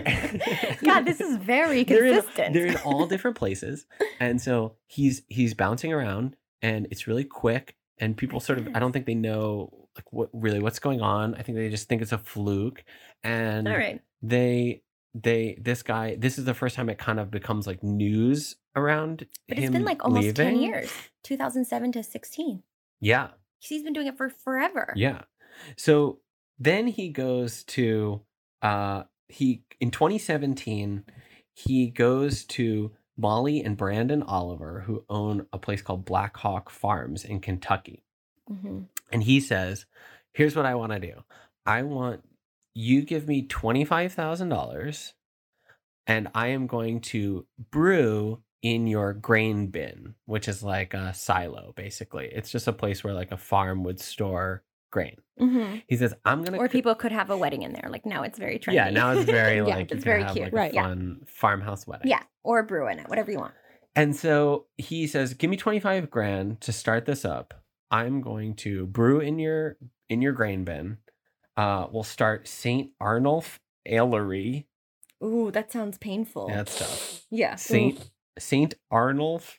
[laughs] God, this is very
[laughs] they're in-
consistent.
they're in all different places and so he's he's bouncing around and it's really quick and people sort of i don't think they know like what really what's going on i think they just think it's a fluke and
all right.
they they this guy this is the first time it kind of becomes like news around
But
him
it's been like almost 10
leaving.
years 2007 to 16.
yeah
He's been doing it for forever.
Yeah. So then he goes to uh he in 2017 he goes to Molly and Brandon Oliver who own a place called Black Hawk Farms in Kentucky.
Mhm.
And he says, "Here's what I want to do. I want you give me $25,000 and I am going to brew in your grain bin, which is like a silo basically. It's just a place where like a farm would store grain.
Mhm.
He says, "I'm gonna."
Or
cr-
people could have a wedding in there. Like now it's very trendy.
Yeah,
[laughs]
now it's very
Yeah,
like
it's
you can
very
have,
cute.
like, a
Right.
Yeah.
fun farmhouse wedding.
Yeah. Or brew in it, whatever you want.
and so he says, "Give me twenty five grand to start this up. I'm going to brew in your in your grain bin. Uh, we'll start Saint Arnulf Ailery.
Ooh, that sounds painful.
That's tough.
yeah.
Saint Saint Arnulf,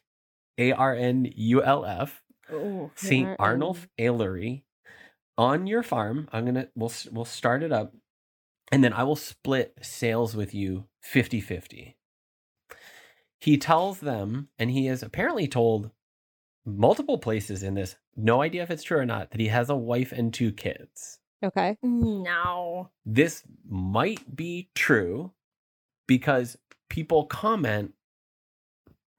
A R N U L F.
Ooh.
St.
Ar-
Arnulf Ailery on your farm. I'm gonna we'll s- we'll start it up, and then I will split sales with you 50-50. He tells them, and he has apparently told multiple places in this, no idea if it's true or not, that he has a wife and two kids.
[laughs] Okay.
No.
This might be true because people comment,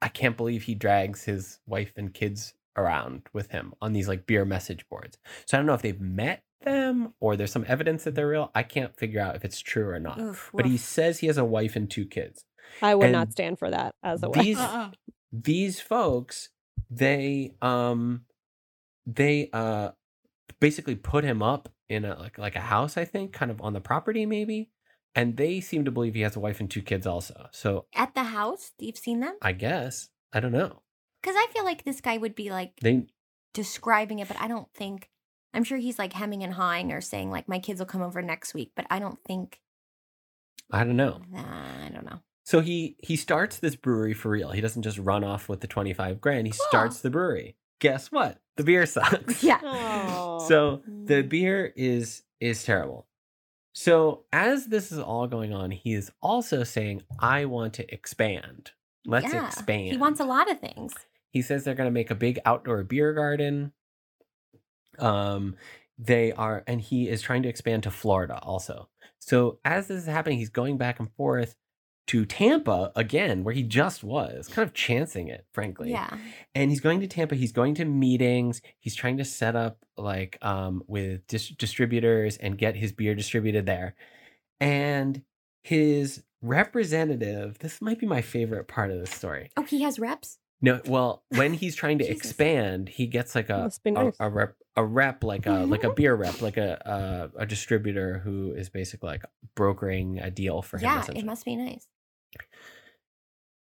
I can't believe he drags his wife and kids around with him on these like beer message boards. So I don't know if they've met them or there's some evidence that they're real. I can't figure out if it's true or not.
Oof,
but
woof.
he says he has a wife and two kids.
I would
And
not stand for that as a
these- uh,
way.
Uh-uh.
these folks they um they uh basically put him up in a like like a house i think kind of on the property maybe and they seem to believe he has a wife and two kids also so
At the house, you've seen them?
i guess i don't know
Because I feel like this guy would be like
they
describing it, but I don't think. I'm sure he's like hemming and hawing or saying like my kids will come over next week, but I don't think.
i don't know
I don't know.
so he he starts this brewery for real he doesn't just run off with the 25 grand he
Cool.
starts the brewery guess what the beer [laughs] sucks
Yeah.
Oh.
so the
Mm.
beer is is terrible so as this is all going on he is also saying i want to expand let's
Yeah.
expand
He wants a lot of things.
he says they're going to make a big outdoor beer garden um they are and he is trying to expand to florida also so as this is happening he's going back and forth to tampa again where he just was kind of chancing it frankly
Yeah.
and he's going to Tampa. He's going to meetings. He's trying to set up like um, with dis- distributors and get his beer distributed there. And his representative, this might be my favorite part of the story.
Oh, he has reps.
No, well,
[laughs]
when he's trying to
Jesus.
expand, he gets like a
Must be nice.
a, a rep, a rep like a
[laughs]
like a beer rep, like a, a a distributor who is basically like brokering a deal for him.
Yeah, it
essentially.
must be nice.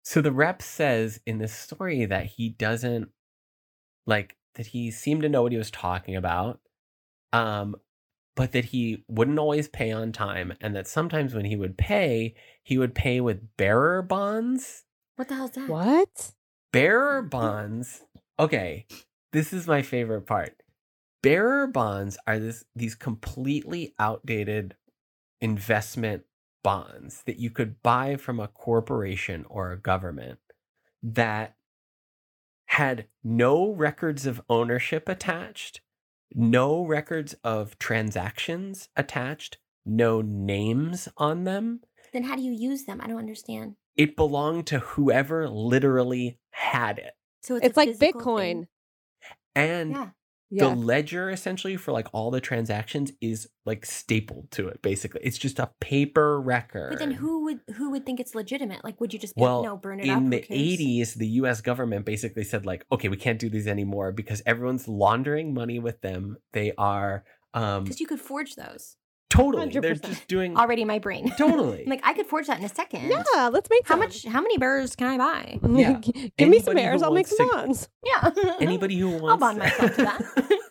So the rep says in this story that he doesn't like that he seemed to know what he was talking about, um, but that he wouldn't always pay on time, and that sometimes when he would pay, he would pay with bearer bonds.
What the hell's that?
what?
Bearer bonds. Okay, this is my favorite part. Bearer bonds are this these completely outdated investment bonds that you could buy from a corporation or a government that had no records of ownership attached, no records of transactions attached, no names on them
Then how do you use them? I don't understand.
it belonged to whoever literally had it.
So it's,
It's,
a
like
physical
Bitcoin.
thing.
And
Yeah.
Yeah.
the ledger essentially for like all the transactions is like stapled to it basically. It's just a paper record.
But then who would who would think it's legitimate? Like, would you just be
Well,
like, no, burn it up?
in
who
the
cares?
80s the US government basically said like okay, we can't do these anymore because everyone's laundering money with them. They are um
because you could forge those.
totally they are
100%.
just
[laughs]
doing
Already, in my
[laughs]
brain.
totally.
I'm like I could forge that in a second.
Yeah, let's make
How
some.
much? How many burrs can I buy?
Yeah.
Give me some
Anybody who
bears, I'll make
wants
some
to-
bonds.
Yeah.
Anybody who wants
bond myself to
[laughs] that.
[laughs]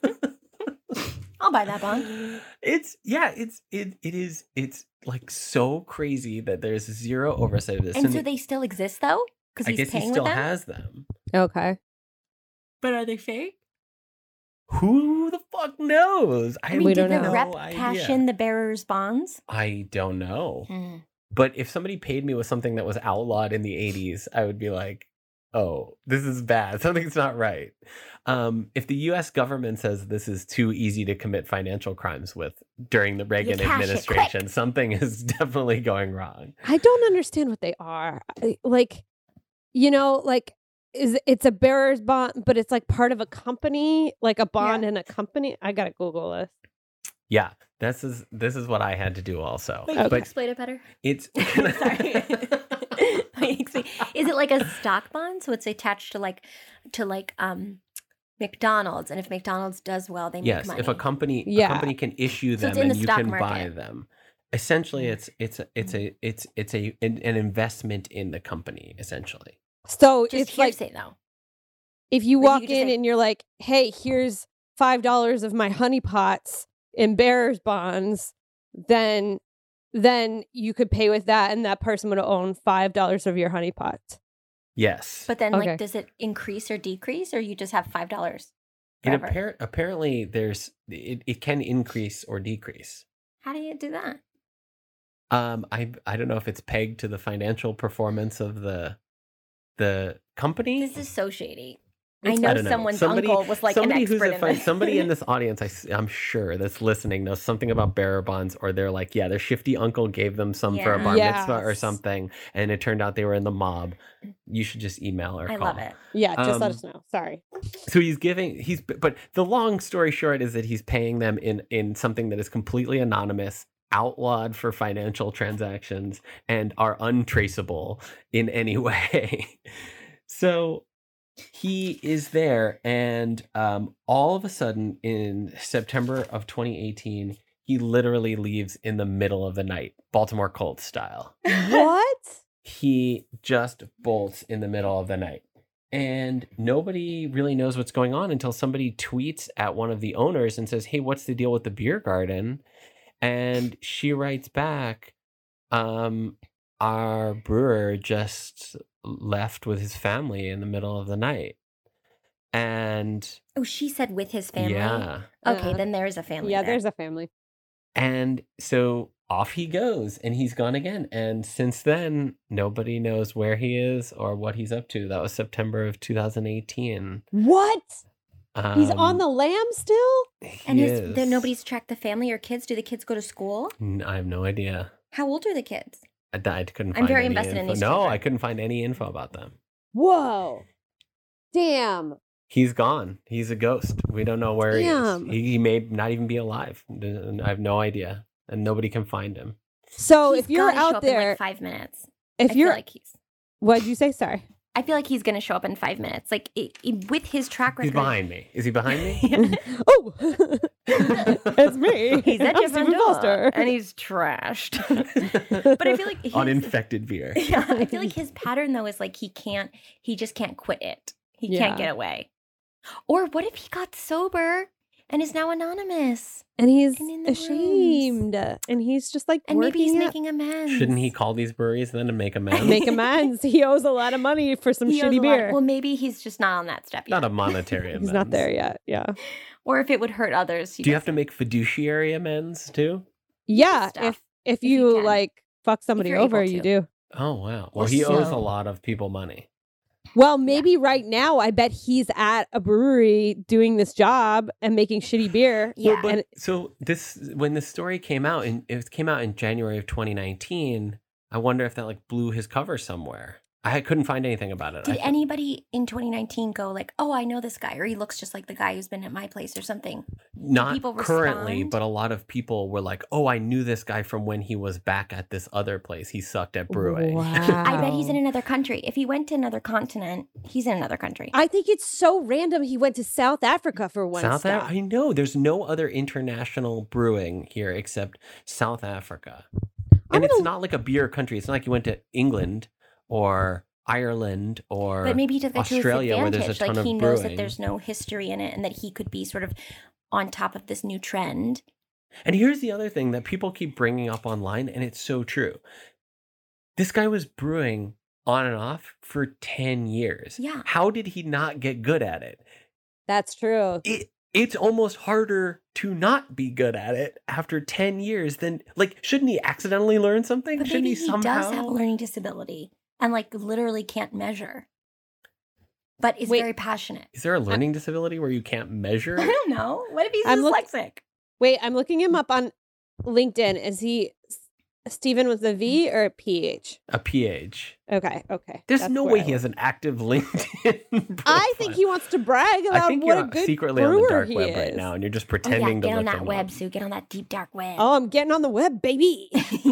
I'll buy that bond.
It's yeah, it's it it is it's like so crazy that there's zero oversight of this.
And so they still exist though, because
I
he's
guess
paying
he still
with them.
has them.
Okay.
but are they fake?
Who the fuck knows?
I
I,
mean,
We
did
don't
the
know.
rep
No
cash
idea.
in the bearer's bonds?
I don't know.
Hmm.
But if somebody paid me with something that was outlawed in the 80s, I would be like, "Oh, this is bad. [laughs] Something's not right." Um, if the US government says this is too easy to commit financial crimes with during the Reagan
cash it quick.
administration, something [laughs] is definitely going wrong.
I don't understand what they are. I- Like, you know, like is it's a bearer's bond, but it's like part of a company, like a bond in a company. I gotta Google this.
Yeah, this is this is what I had to do also.
Wait,
Okay.
can you
But
explain it
[laughs]
better?
it's
[laughs]
[laughs]
Sorry. [laughs] Wait, explain- Is it like a stock bond? So it's attached to like to like um McDonald's, and if McDonald's does well, they make
yes,
money.
if a company a
Yeah.
company can issue
So
them
it's in
and
the
you
stock
can buy
market. Mm.
them. Essentially, it's it's a, it's a it's it's a an, an investment in the company. Essentially,
So
just
it's like
hearsay though.
if you
Like, you
walk
could just
in
say-
and you're like, "Hey, here's five dollars of my honey pots in bearer's bonds," then then you could pay with that, and that person would own five dollars of your honey pots.
yes.
But then,
Okay.
like, does it increase or decrease, or you just have five dollars?
and
forever.
appar- apparently, there's it, it can increase or decrease.
How do you do that?
Um, I I don't know if it's pegged to the financial performance of the the company.
This is so shady. I
It's-
know
I don't know.
someone's
Somebody-
uncle was like an
somebody
expert
who's a
in
fin-
this. [laughs]
somebody in this audience, I, am sure that's listening knows something about bearer bonds, or they're like, yeah, their shifty uncle gave them some for a bar
Yeah.
mitzvah or
Yes.
something, and it turned out they were in the mob. You should just email or
I
call.
love it.
Yeah, just
Um,
let us know. Sorry.
So he's giving he's but the long story short is that he's paying them in in something that is completely anonymous outlawed for financial transactions and are untraceable in any [laughs] way. so he is there, and um, all of a sudden, in September of 2018, he literally leaves in the middle of the night, Baltimore Colts style. [laughs]
what?
He just bolts in the middle of the night. And nobody really knows what's going on until somebody tweets at one of the owners and says, Hey, what's the deal with the beer garden? And she writes back, um, Our brewer just left with his family in the middle of the night. And
Oh, she said with his family.
yeah.
Okay,
Yeah.
then there is a family.
yeah,
there.
there's a family.
And so off he goes and he's gone again. And since then, nobody knows where he is or what he's up to. That was September of 2018.
What?
Um,
He's on the lamb still?
he
and his,
is.
then nobody's tracked the family or kids. Do the kids go to school?
N- I have no idea.
How old are the kids?
I, d- I couldn't.
I'm
find
very
any
invested in
info.
these
No,
children.
I couldn't find any info about them.
Whoa. Damn.
He's gone. He's a ghost. We don't know where he is.
Damn.
He, he may not even be alive. I have no idea, and nobody can find him.
So
He's
Oh, if you're
gotta show
out
up in,
there,
like five minutes. I
if
feel
you're,
like he's.
what'd you say?
[laughs]
Sorry.
I feel like he's gonna show up in five minutes. Like i i- with his track record.
He's behind me. Is he behind
[laughs]
me?
[laughs] oh, it's me.
He's
[laughs]
at
I'm
your front
Stephen
door,
Foster.
and he's trashed.
[laughs]
but I feel like
on
his-
infected beer.
[laughs] yeah, I feel
[laughs]
like his pattern though is like he can't. He just can't quit it. He
Yeah.
can't get away. Or what if he got sober and is now anonymous?
and he's
and in the rooms.
ashamed, and he's just like
And maybe he's
working
making amends.
Shouldn't he call these breweries then to make
at- [laughs]
amends?
make
[laughs]
amends. He owes a lot of money for some
He owes
shitty
a lot-
beer.
well, maybe he's just not on that step yet. [laughs]
Not a monetary amends.
he's not there yet. Yeah,
or if it would hurt others. he
Do you have to
doesn't.
make fiduciary amends too?
yeah.
stuff,
If if
if you
you
can.
like fuck somebody
you're able
over, you
to.
do.
Oh wow.
Or
Well, he owes a
so.
lot of people money.
Well, maybe right now, I bet he's at a brewery doing this job and making shitty beer.
Yeah.
Well, but
And-
so this when this story came out and it came out in January of 2019, I wonder if that like blew his cover somewhere. I couldn't find anything about it. I
Did
cou-
anybody in 2019 go like, "Oh, I know this guy," or he looks just like the guy who's been at my place, or something?
not
people
currently,
respond?
but a lot of people were like, "Oh, I knew this guy from when he was back at this other place. He sucked at brewing." [laughs]
I bet he's in
Wow.
another country. If he went to another continent, he's in another country.
I think it's so random. He went to South Africa for one
South
stop.
Africa. I know there's no other international brewing here except South Africa.
I'm
And it's
gonna-
not like a beer country. It's not like you went to England or Ireland or
but maybe he took that
Australia,
to his
where there's a
advantage.
ton
like
of
he knows
brewing.
that there's no history in it, and that he could be sort of on top of this new trend.
And here's the other thing that people keep bringing up online and it's so true. This guy was brewing on and off for 10 years.
Yeah.
How did he not get good at it?
That's true.
it it's almost harder to not be good at it after 10 years than like shouldn't he accidentally learn something
But
shouldn't
maybe
he
he
somehow
does have a learning disability and like literally can't measure, but is
Wait.
very passionate.
is there a learning disability where you can't measure
[laughs]
[laughs] I don't know. What if he's
I'm look-
dyslexic?
Wait, I'm looking him up on LinkedIn. Is he S- Stephen with a
Mm.
V or a PH?
a ph
Okay, okay.
there's
That's
no
where
way
I
he
was.
has an active [laughs] linkedin
I think he wants to brag
profile. i
about
think
what
you're
a good
secretly on
brewer
the dark
he
web
is.
right now and you're just
Oh yeah,
pretending
get
to
on
look
that
him
web,
[laughs]
up.
Sue. Get on that deep dark web.
Oh, I'm getting on the web,
[laughs]
baby.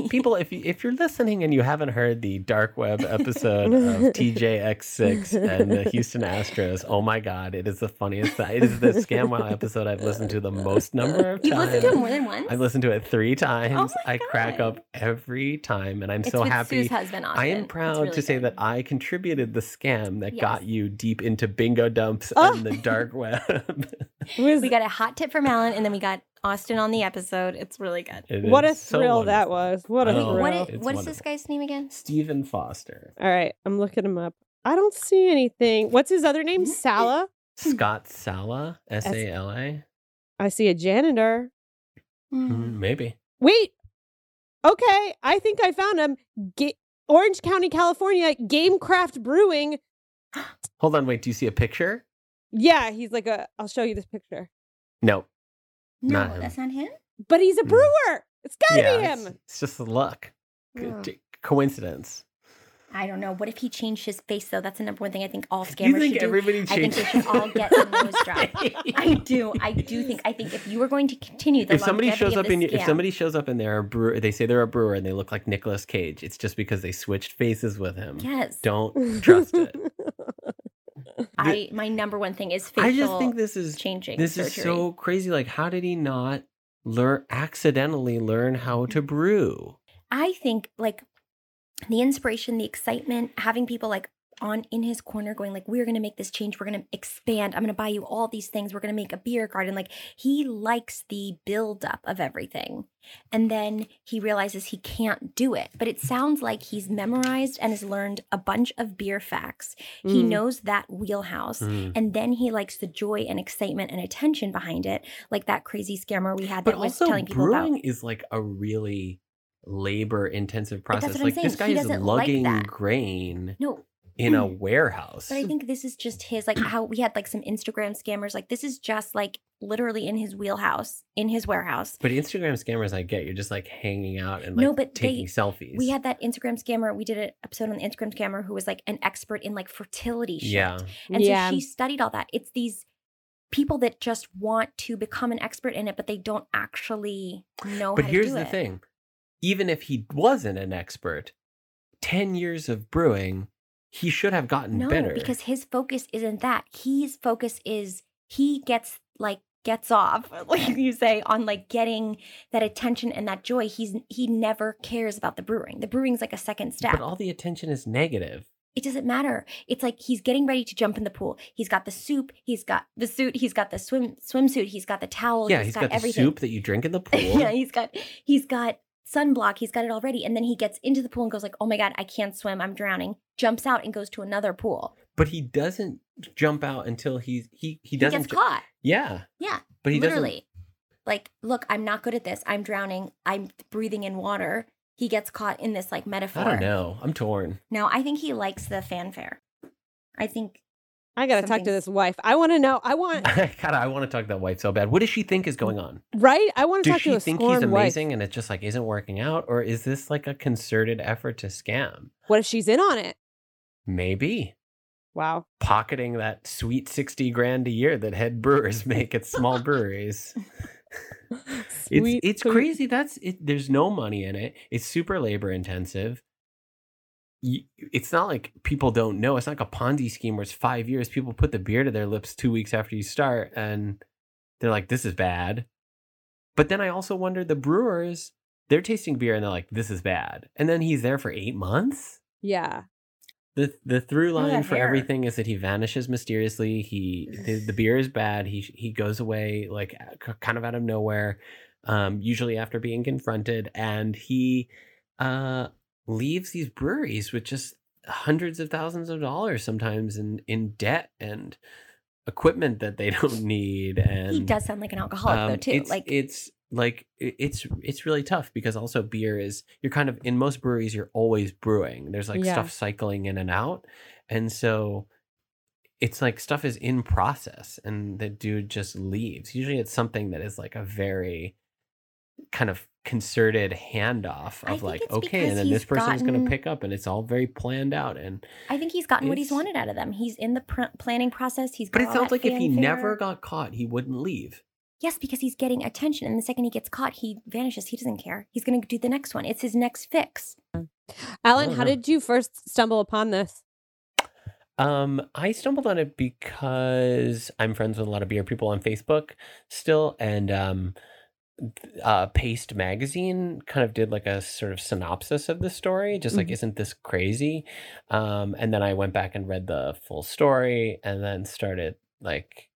people if, you, if you're listening and you haven't heard the dark web episode
[laughs]
of tjx6 and the houston astros oh my god it is the funniest thing. it is the scam wow episode i've listened to the most number of
You've
times
listened to it more than once.
i've listened to it three times
Oh my
i crack
God.
up every time and i'm
It's
so
with Sue's
happy
husband, Austin.
I am
It's
proud
really
to say
good.
that I contributed the scam that
Yes.
got you deep into bingo dumps
Oh.
and the dark web. [laughs]
Was-
we got a hot tip from Alan, and then we got Austin on the episode. It's really good.
It
what a
is so
thrill that
wonderful.
was. What a
I know.
thrill.
what
Wow.
i-
It's
what is this
wonderful.
guy's name again?
Stephen Foster,
All right, I'm looking him up. I don't see anything. What's his other name? Sala?
Hmm.
Scott Sala, S A L A,
I see a janitor.
Hmm.
maybe.
Wait. Okay, I think I found him. Ga- Orange County, California, Gamecraft Brewing.
Hold on, wait. Do you see a picture?
Yeah, he's like a. I'll show you this picture.
No.
No,
Not him.
that's not him.
But he's a
Mm.
brewer. It's gotta
yeah,
be
it's,
him.
it's just luck, Co-
Yeah.
t- coincidence.
Oh, I don't know. What if he changed his face though? That's the number one thing I think all scammers
[laughs] You think
should do.
everybody
I think
changes?
they should all get a nose job.
[laughs]
I do. I do think. I think if you are going to continue the
if somebody
longevity
shows
of
up
this
in your, if
scam-
somebody shows up and they're a brewer, they say they're a brewer and they look like Nicolas Cage. It's just because they switched faces with him.
yes, [laughs]
Don't
[laughs]
trust it.
I my number one thing is facial
I just think this is
changing.
this
surgery.
is so crazy. Like, how did he not learn accidentally learn how
Mm.
to brew?
I think like the inspiration, the excitement, having people like on in his corner going like we're going to make this change, we're going to expand. I'm going to buy you all these things. We're going to make a beer garden. Like he likes the build up of everything. And then he realizes he can't do it. But it sounds like he's memorized and has learned a bunch of beer facts. He
Mm.
knows that wheelhouse.
Mm.
And then he likes the joy and excitement and attention behind it, like that crazy scammer we had
But
that was
also,
telling people about.
brewing is like a really labor-intensive
that's
process.
what I'm
Like this
saying.
guy
He
is
doesn't like
lugging
that.
grain
No,
in a warehouse.
But I think this is just his like how we had like some Instagram scammers. Like this is just like literally in his wheelhouse, in his warehouse.
But Instagram scammers, I get you're just like hanging out and like
No, but
taking
they-
selfies.
We had that Instagram scammer. We did an episode on the Instagram scammer who was like an expert in like fertility shit.
yeah,
And
Yeah.
so she studied all that. It's these people that just want to become an expert in it, but they don't actually know
but
how
here's
to do
the
it.
thing: even if he wasn't an expert, ten years of brewing, he should have gotten
No,
better.
because his focus isn't that. His focus is he gets like gets off, [laughs] like you say, on like getting that attention and that joy. He's he never cares about the brewing. The brewing's like a second step.
but all the attention is negative.
it doesn't matter. It's like he's getting ready to jump in the pool. He's got the soup. He's got the suit. He's got the swim swimsuit. He's got the towel.
yeah, he's got, the
everything.
soup that you drink in the pool.
[laughs] yeah, he's got he's got sunblock. He's got it already. And then he gets into the pool and goes like, "Oh my god, I can't swim. I'm drowning." Jumps out and goes to another pool.
But he doesn't jump out until he's he he
He,
doesn't.
gets
ju-
caught.
Yeah,
Yeah,
but he
literally like look i'm not good at this i'm drowning i'm breathing in water he gets caught in this like metaphor
doesn't. I don't know. I'm torn. [laughs]
no i think he likes the fanfare i think
I gotta talk to
something's-
this wife. I want to know. I want
God, I want to talk to that wife so bad. What does she think is going on?
right. I want to
Does
talk to
she
a
think he's
scorned wife.
amazing and it just like isn't working out, or is this like a concerted effort to scam?
What if she's in on it?
Maybe
Wow. [laughs]
pocketing that sweet sixty grand a year that head brewers [laughs] make at
[laughs]
small breweries.
Sweet,
it's it's
sweet-
crazy. That's it. There's no money in it. It's super labor intensive. Y- It's not like people don't know. It's not like a Ponzi scheme where it's five years. People put the beer to their lips two weeks after you start, and they're like, "This is bad." But then I also wonder the brewers. They're tasting beer and they're like, "This is bad," and then he's there for eight months.
Yeah.
the The through
Look at
line
that
for
hair.
everything is that he vanishes mysteriously. He the, the beer is bad. He he goes away like uh, k- kind of out of nowhere, um, usually after being confronted, and he uh, leaves these breweries with just hundreds of thousands of dollars sometimes in in debt and equipment that they [laughs] don't need. And
he does sound like an alcoholic though
um,
too
It's,
like
it's like i- it's it's really tough because also beer is you're kind of in most breweries you're always brewing. There's like
Yeah.
stuff cycling in and out, and so it's like stuff is in process, and the dude just leaves. Usually, it's something that is like a very kind of concerted handoff
I
of
think
like
it's
okay,
because
and then this
he's
person's going
gotten-
to pick up, and it's all very planned out and.
i think he's gotten what he's
it's-
wanted out of them he's in the pr- planning process he's
But
got
it
all
sounds
that
like if he
fanfare.
never got caught, he wouldn't leave.
yes because he's getting attention and the second he gets caught he vanishes he doesn't care he's gonna do the next one it's his next fix
Alan,
don't
how
know.
did you first stumble upon this?
Um, I stumbled on it because I'm friends with a lot of beer people on Facebook still, and um, th- uh, Paste Magazine kind of did like a sort of synopsis of the story, just like,
Mhm.
isn't this crazy? Um, and then I went back and read the full story, and then started like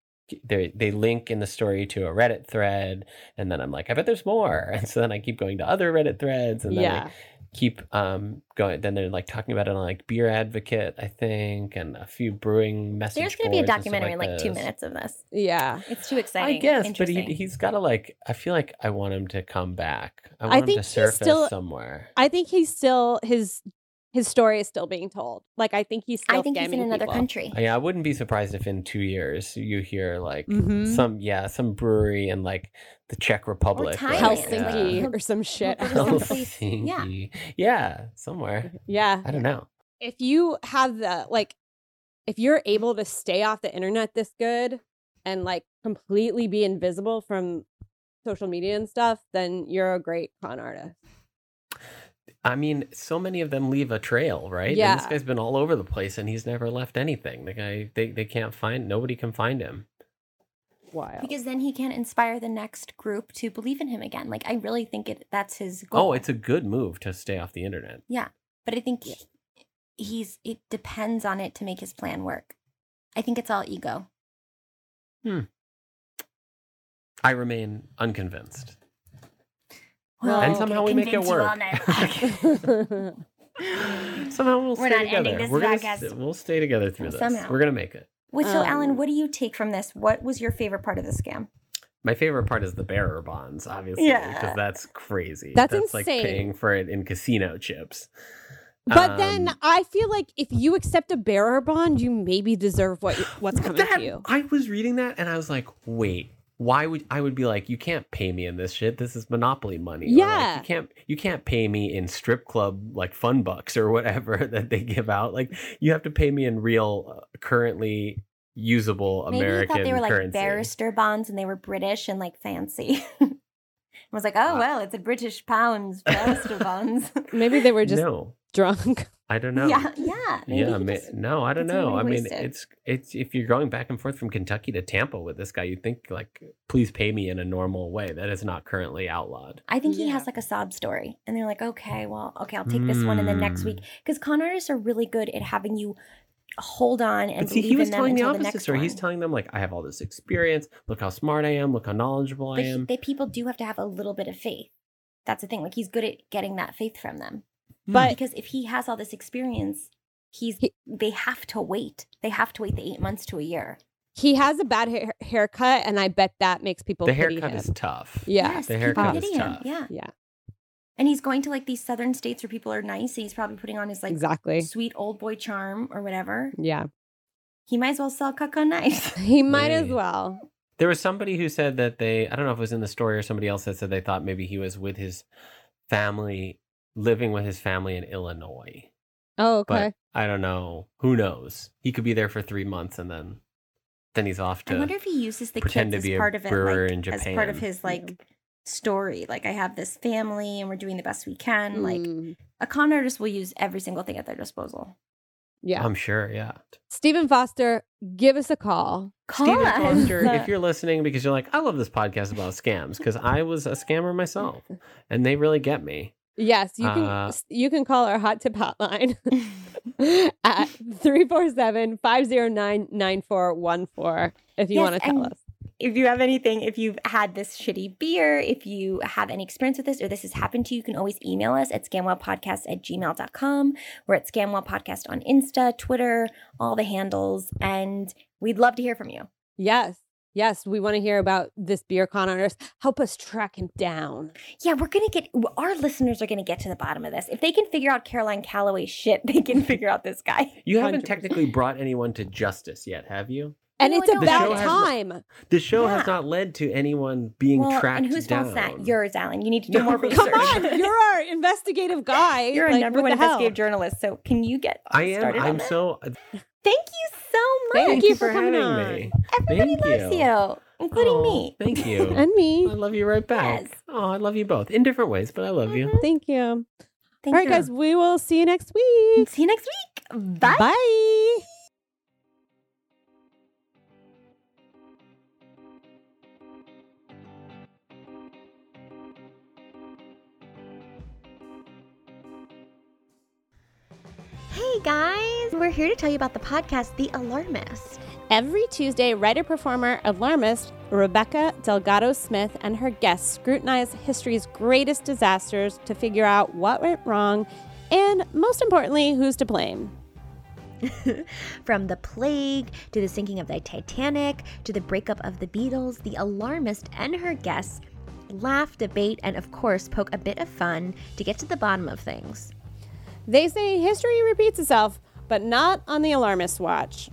they they link in the story to a Reddit thread, and then I'm like, I bet there's more, [laughs] and so then I keep going to other Reddit threads, and then I
Yeah.
keep um going then they're like talking about it on like beer advocate i think and a few brewing messages
there's gonna be a documentary in like two minutes of this
Yeah.
it's too exciting
i guess but he,
Interesting.
he's got to like i feel like i want him to come back i want
think
him
he's
to surface
still-
somewhere
I think he's still his his story is still being told. Like I think he's still
i think he's in
scamming
another
people.
country
yeah i wouldn't be surprised if in two years you hear like
Mm-hmm.
Mhm.
some yeah some brewery in like the czech republic
Thailand,
Helsinki
Yeah.
or some shit.
[laughs]
Or some place- yeah.
Helsinki. yeah somewhere
yeah.
i don't know
if you have the like if you're able to stay off the internet this good and like completely be invisible from social media and stuff, then you're a great con artist.
I mean, so many of them leave a trail, right? And this
Yeah.
guy's been all over the place and he's never left anything. The guy, they, they can't find, nobody can find him. Oh.
Wild.
because then he can inspire the next group to believe in him again. Like I really think it that's his goal.
Oh, it's a good move to stay off the internet.
but I think he's it depends on it to make his plan work. I think it's all ego.
I remain
[gasps]
unconvinced.
Well,
and
Okay,
somehow we make it work. [laughs]
[laughs]
somehow we'll
We're
stay
not
together.
ending this
We're gonna
podcast.
s- we'll stay together through this.
Somehow.
We're gonna make it.
Wait, so Alan,
Um,
what do you take from this? What was your favorite part of the scam?
My favorite part is the bearer bonds, obviously,
Yeah.
because that's crazy.
That's
like
insane.
paying for it in casino chips.
but then
Um,
I feel like if you accept a bearer bond, you maybe deserve what what's coming
that-
to you.
I was reading that and I was like, wait, why would I would be like, you can't pay me in this shit. This is monopoly money. Or, like,
Yeah.
you can't you can't pay me in strip club like fun bucks or whatever [laughs] that they give out. Like you have to pay me in real uh, currently usable
Maybe you
American
thought they were like
currency.
barrister bonds and they were British and like fancy. [laughs] I was like, oh
Uh,
well, it's a British pounds barrister bonds.
Maybe they were just
no,
drunk.
[laughs]
[laughs]
I don't know.
Yeah, yeah. maybe
yeah,
he
ma-
just-
no, I don't
it's already
know. I mean,
wasted.
it's it's if you're going back and forth from Kentucky to Tampa with this guy, you'd think like, please pay me in a normal way. That is not currently outlowed.
I think he
Yeah.
has like a sob story, and they're like, okay, well, okay, I'll take this one, and then next week,
Mm.
because con artists are really good at having you hold on and
But see,
believe
he was
in them
telling the
until the
opposite
next
story.
one.
He's telling them like, I have all this experience. Look how smart I am. Look how knowledgeable I
but he-
am.
they, people do have to have a little bit of faith. That's the thing. Like he's good at getting that faith from them.
Hmm.
But
because if he has all this experience, he's
He-
they have to wait. They have to wait the eight months to a year.
he has a bad hair- haircut, and I bet that makes people
the
pity
haircut
him.
is tough.
yeah,
yes,
the
people
haircut
pity
is
him.
tough.
Yeah,
Yeah.
And he's going to like these southern states where people are nice. And he's probably putting on his like
exactly.
sweet old boy charm or whatever.
Yeah,
He might as well sell cuckoo knives.
he might as
Right.
well.
There was somebody who said that they, I don't know if it was in the story or somebody else that said they thought maybe he was with his family, living with his family in Illinois.
Oh,
but
okay.
I don't know. Who knows? He could be there for three months and then then he's off
I
to.
wonder if he uses the
pretend
kids
to
as
be a
part of it,
brewer
like,
in
as part of
Japan.
his like story. Like I have this family, and we're doing the best we can. Like
Mm,
a con artist will use every single thing at their disposal.
yeah.
I'm sure. Yeah.
Stephen Foster, give us a call.
Call
Stephen
us.
Foster,
[laughs]
if you're listening, because you're like, I love this podcast about scams because I was a
[laughs]
scammer myself, and they really get me.
Yes, you can
Uh,
s- you can call our hot tip
[laughs]
hotline [laughs] at 347-509-9414 if you
Yes,
want to tell
and-
us.
if you have anything, if you've had this shitty beer, if you have any experience with this or this has happened to you, you can always email us at scamwellpodcast at gmail.com. We're at scamwellpodcast on Insta, Twitter, all the handles, and we'd love to hear from you.
Yes. Yes, we want to hear about this beer con artist. Help us track him down.
Yeah, we're gonna get our listeners are gonna get to the bottom of this. If they can figure out Caroline Calloway shit, they can figure out this
[laughs]
guy.
You haven't
100%.
technically brought anyone to justice yet, have you?
And
No,
it's
I don't
The show
about
has-
time.
[laughs]
The show
Yeah.
has not led to anyone being tracked
and whose fault's
down.
that? Yours, Alan. You need to do
No,
more
come
research.
[laughs] Come on, you're our investigative guy.
You're a
Like,
number
what
one
the hell?
investigative journalist, so can you get
I am.
started on
I'm
that?
so.
Thank you so much.
Thank you for coming
having
on.
me.
Everybody
Thank
loves
you.
you, including
Oh,
me.
Thank
[laughs]
you.
And me.
I love you right back.
Yes. Mm-hmm.
Oh, I love you both in different ways, but I love you.
Thank you. All
Thank
right,
you.
guys, we will see you next week.
See you next week. Bye.
Bye.
Hey guys, we're here to tell you about the podcast, The Alarmist.
Every Tuesday, writer performer alarmist Rebecca Delgado Smith and her guests scrutinize history's greatest disasters to figure out what went wrong and, most importantly, who's to blame.
From the plague to the sinking of the Titanic to the breakup of the Beatles, The Alarmist and her guests laugh, debate, and of course poke a bit of fun to get to the bottom of things.
They say history repeats itself, but not on the alarmist watch.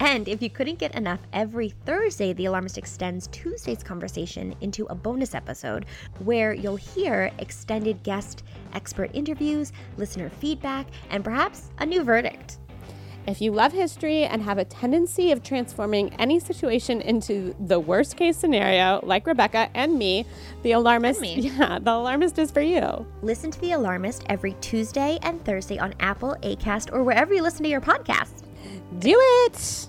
And if you couldn't get enough, every Thursday, The Alarmist extends Tuesday's conversation into a bonus episode where you'll hear extended guest expert interviews, listener feedback, and perhaps a new verdict.
If you love history and have a tendency of transforming any situation into the worst case scenario, like Rebecca and me, the alarmist, [laughs]
me.
yeah, the alarmist is for you.
Listen to The Alarmist every Tuesday and Thursday on Apple, Acast, or wherever you listen to your podcasts.
Do it.